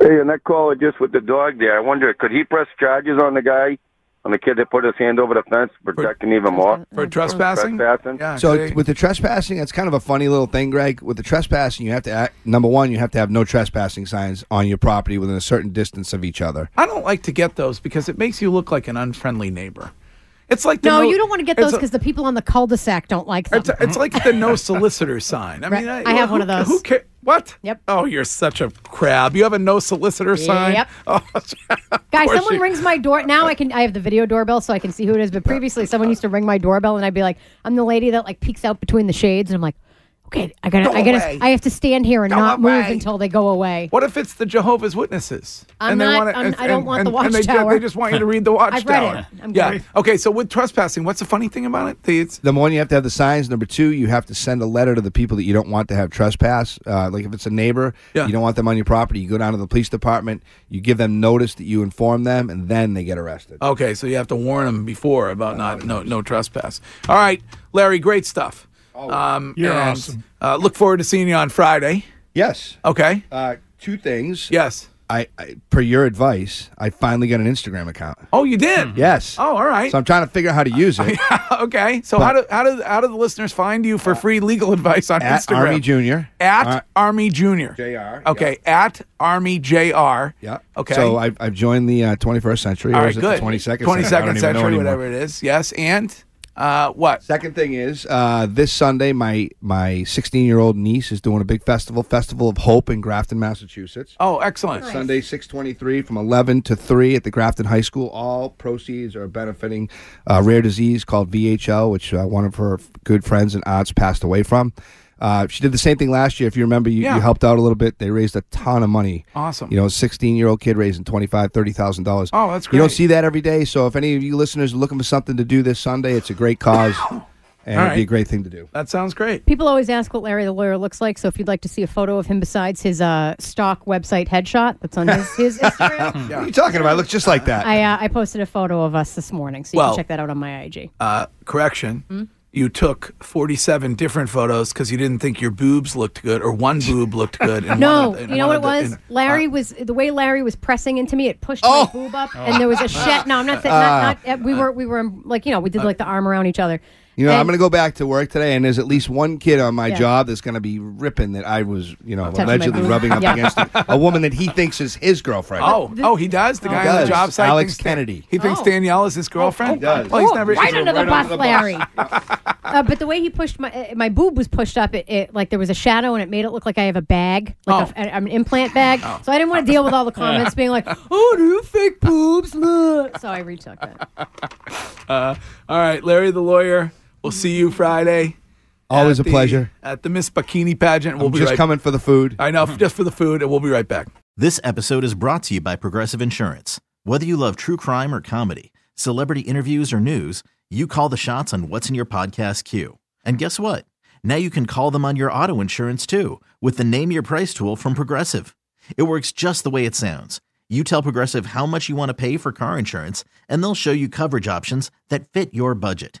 [SPEAKER 1] Hey, and that caller just with the dog there. I wonder, could he press charges on the guy, on the kid that put his hand over the fence, protecting even more
[SPEAKER 4] for trespassing?
[SPEAKER 1] Trespassing.
[SPEAKER 6] so with the trespassing, it's kind of a funny little thing, Greg. With the trespassing, you have to act, number one, you have to have no trespassing signs on your property within a certain distance of each other.
[SPEAKER 4] I don't like to get those because it makes you look like an unfriendly neighbor. It's like the
[SPEAKER 8] no,
[SPEAKER 4] no-
[SPEAKER 8] you don't want to get
[SPEAKER 4] it's
[SPEAKER 8] those
[SPEAKER 4] a-
[SPEAKER 8] because the people on the cul-de-sac don't like them.
[SPEAKER 4] It's, it's like the no solicitor sign. I mean,
[SPEAKER 8] Right. I have
[SPEAKER 4] who-
[SPEAKER 8] one of those.
[SPEAKER 4] Who ca- What? Yep. Oh, you're such a crab. You have a no solicitor sign.
[SPEAKER 8] Yep.
[SPEAKER 4] Oh,
[SPEAKER 8] <laughs>
[SPEAKER 4] <laughs>
[SPEAKER 8] Guys,
[SPEAKER 4] course
[SPEAKER 8] someone
[SPEAKER 4] you-
[SPEAKER 8] rings my door now. I can I have the video doorbell, so I can see who it is. But previously, someone used to ring my doorbell, and I'd be like, I'm the lady that like peeks out between the shades, and I'm like, okay, I gotta,
[SPEAKER 4] Go
[SPEAKER 8] I gotta,
[SPEAKER 4] away.
[SPEAKER 8] I have to stand here and
[SPEAKER 4] Go
[SPEAKER 8] not move
[SPEAKER 4] away.
[SPEAKER 8] until they go away.
[SPEAKER 4] what if it's the Jehovah's Witnesses?
[SPEAKER 8] I'm
[SPEAKER 4] they
[SPEAKER 8] not-
[SPEAKER 4] wanna-
[SPEAKER 8] I'm- I don't want the
[SPEAKER 4] and they, ju-
[SPEAKER 8] watchtower.
[SPEAKER 4] they just want you to read the watchtower.
[SPEAKER 8] <laughs> I've read it. I'm
[SPEAKER 4] yeah.
[SPEAKER 8] good.
[SPEAKER 4] Okay. So with trespassing, what's the funny thing about it? They, it's
[SPEAKER 6] Number one, you have to have the signs. Number two, you have to send a letter to the people that you don't want to have trespass. Uh, like if it's a neighbor, you don't want them on your property. You go down to the police department, you give them notice that you inform them, and then they get arrested.
[SPEAKER 4] okay. So you have to warn them before about not no no trespass. All right, Larry. Great stuff.
[SPEAKER 6] Oh,
[SPEAKER 4] Um,
[SPEAKER 6] You're
[SPEAKER 4] and,
[SPEAKER 6] awesome.
[SPEAKER 4] Uh, look forward to seeing you on Friday.
[SPEAKER 6] Yes.
[SPEAKER 4] Okay.
[SPEAKER 6] Uh, two things.
[SPEAKER 4] Yes.
[SPEAKER 6] I, I per your advice, I finally got an Instagram account.
[SPEAKER 4] Oh, you did?
[SPEAKER 6] Yes.
[SPEAKER 4] Oh, all right.
[SPEAKER 6] So I'm trying to figure out how to use it.
[SPEAKER 4] <laughs> okay. So how do how do how do the listeners find you for free legal <laughs> advice on
[SPEAKER 6] Uh, At
[SPEAKER 4] Instagram?
[SPEAKER 6] Army Junior. Uh,
[SPEAKER 4] At
[SPEAKER 6] Ar-
[SPEAKER 4] Army Junior.
[SPEAKER 6] Jr.
[SPEAKER 4] Okay. At Army Jr.
[SPEAKER 6] Yeah.
[SPEAKER 4] Okay.
[SPEAKER 6] So I've, I've joined the uh, 21st century.
[SPEAKER 4] all
[SPEAKER 6] or
[SPEAKER 4] right.
[SPEAKER 6] is it
[SPEAKER 4] Good.
[SPEAKER 6] The 22nd century.
[SPEAKER 4] Twenty
[SPEAKER 6] I don't
[SPEAKER 4] second
[SPEAKER 6] even know
[SPEAKER 4] century,
[SPEAKER 6] anymore.
[SPEAKER 4] whatever it is. Yes. And uh, what?
[SPEAKER 6] Second thing is uh, this Sunday, my my 16 year old niece is doing a big festival, Festival of Hope in Grafton, Massachusetts.
[SPEAKER 4] Oh, excellent.
[SPEAKER 6] Sunday, 623 from 11 to 3 at the Grafton High School. All proceeds are benefiting a rare disease called VHL, which uh, one of her f- good friends and aunts passed away from. Uh, she did the same thing last year. If you remember, you,
[SPEAKER 4] Yeah.
[SPEAKER 6] you helped out a little bit. They raised a ton of money.
[SPEAKER 4] Awesome.
[SPEAKER 6] You know, 16 year old kid raising $25,000, $30,000.
[SPEAKER 4] Oh, that's
[SPEAKER 6] You don't
[SPEAKER 4] great.
[SPEAKER 6] see that every day. So if any of you listeners are looking for something to do this Sunday, it's a great cause. and
[SPEAKER 4] All
[SPEAKER 6] it'd be a
[SPEAKER 4] right.
[SPEAKER 6] great thing to do.
[SPEAKER 4] That sounds great.
[SPEAKER 8] People always ask what Larry the lawyer looks like, so if you'd like to see a photo of him besides his uh, stock website headshot that's on his,
[SPEAKER 6] <laughs>
[SPEAKER 4] <laughs>
[SPEAKER 8] his Instagram,
[SPEAKER 6] What are you talking about? I look just like that.
[SPEAKER 8] I uh, I posted a photo of us this morning, so you
[SPEAKER 4] Well-
[SPEAKER 8] can check that out on my IG.
[SPEAKER 4] Uh, correction.
[SPEAKER 8] Hmm?
[SPEAKER 4] You took 47 different photos because you didn't think your boobs looked good or
[SPEAKER 6] <laughs>
[SPEAKER 4] one boob looked good. And
[SPEAKER 8] no,
[SPEAKER 4] one of the- and
[SPEAKER 8] you know what
[SPEAKER 4] one
[SPEAKER 8] it
[SPEAKER 4] of
[SPEAKER 8] was?
[SPEAKER 4] the- and-
[SPEAKER 8] Larry was the way Larry was pressing into me. It pushed my boob up,
[SPEAKER 6] Oh.
[SPEAKER 8] and there was a shed. No, I'm not saying not, not. uh, We were we were um, like you know we did like the arm around each other.
[SPEAKER 6] uh, You know, I'm
[SPEAKER 8] And-
[SPEAKER 6] going to go back to work today, and there's at least one kid on my
[SPEAKER 8] Yeah.
[SPEAKER 6] job that's going to be ripping that I was, you know,
[SPEAKER 8] Touching my
[SPEAKER 6] allegedly
[SPEAKER 8] boob.
[SPEAKER 6] rubbing up
[SPEAKER 8] Yeah.
[SPEAKER 6] against it. a woman that he thinks is his girlfriend.
[SPEAKER 4] Oh, oh, he does. The
[SPEAKER 6] He
[SPEAKER 4] guy on
[SPEAKER 6] does.
[SPEAKER 4] the job site,
[SPEAKER 6] Alex
[SPEAKER 4] thinks-
[SPEAKER 6] Kennedy.
[SPEAKER 4] He thinks Danielle is his girlfriend.
[SPEAKER 6] He does.
[SPEAKER 4] Well, he's
[SPEAKER 8] Oh,
[SPEAKER 4] never
[SPEAKER 8] right under the
[SPEAKER 6] Right
[SPEAKER 8] bus,
[SPEAKER 6] under the bus.
[SPEAKER 8] Larry.
[SPEAKER 6] <laughs>
[SPEAKER 8] uh, but the way he pushed my uh, my boob was pushed up. It, it like there was a shadow, and it made it look like I have a bag,
[SPEAKER 6] Oh.
[SPEAKER 8] like a, an implant bag.
[SPEAKER 4] Oh.
[SPEAKER 8] So I didn't want to deal with all the
[SPEAKER 6] <laughs>
[SPEAKER 8] comments being like, "Oh, do you fake boobs?" Ugh." so I retook that.
[SPEAKER 4] Uh, all right, Larry the lawyer. We'll see you Friday.
[SPEAKER 6] Always
[SPEAKER 4] at
[SPEAKER 6] a
[SPEAKER 4] the-
[SPEAKER 6] pleasure.
[SPEAKER 4] At the Miss Bikini pageant. We'll
[SPEAKER 2] I'm
[SPEAKER 4] be
[SPEAKER 2] just
[SPEAKER 4] right-
[SPEAKER 2] coming
[SPEAKER 6] for the food.
[SPEAKER 4] I know, <laughs> just for the food, and we'll be right back.
[SPEAKER 2] This episode is brought to you by Progressive Insurance. Whether you love true crime or comedy, celebrity interviews or news, you call the shots on what's in your podcast queue. And guess what? Now you can call them on your auto insurance too with the Name Your Price tool from Progressive. It works just the way it sounds. You tell Progressive how much you want to pay for car insurance, and they'll show you coverage options that fit your budget.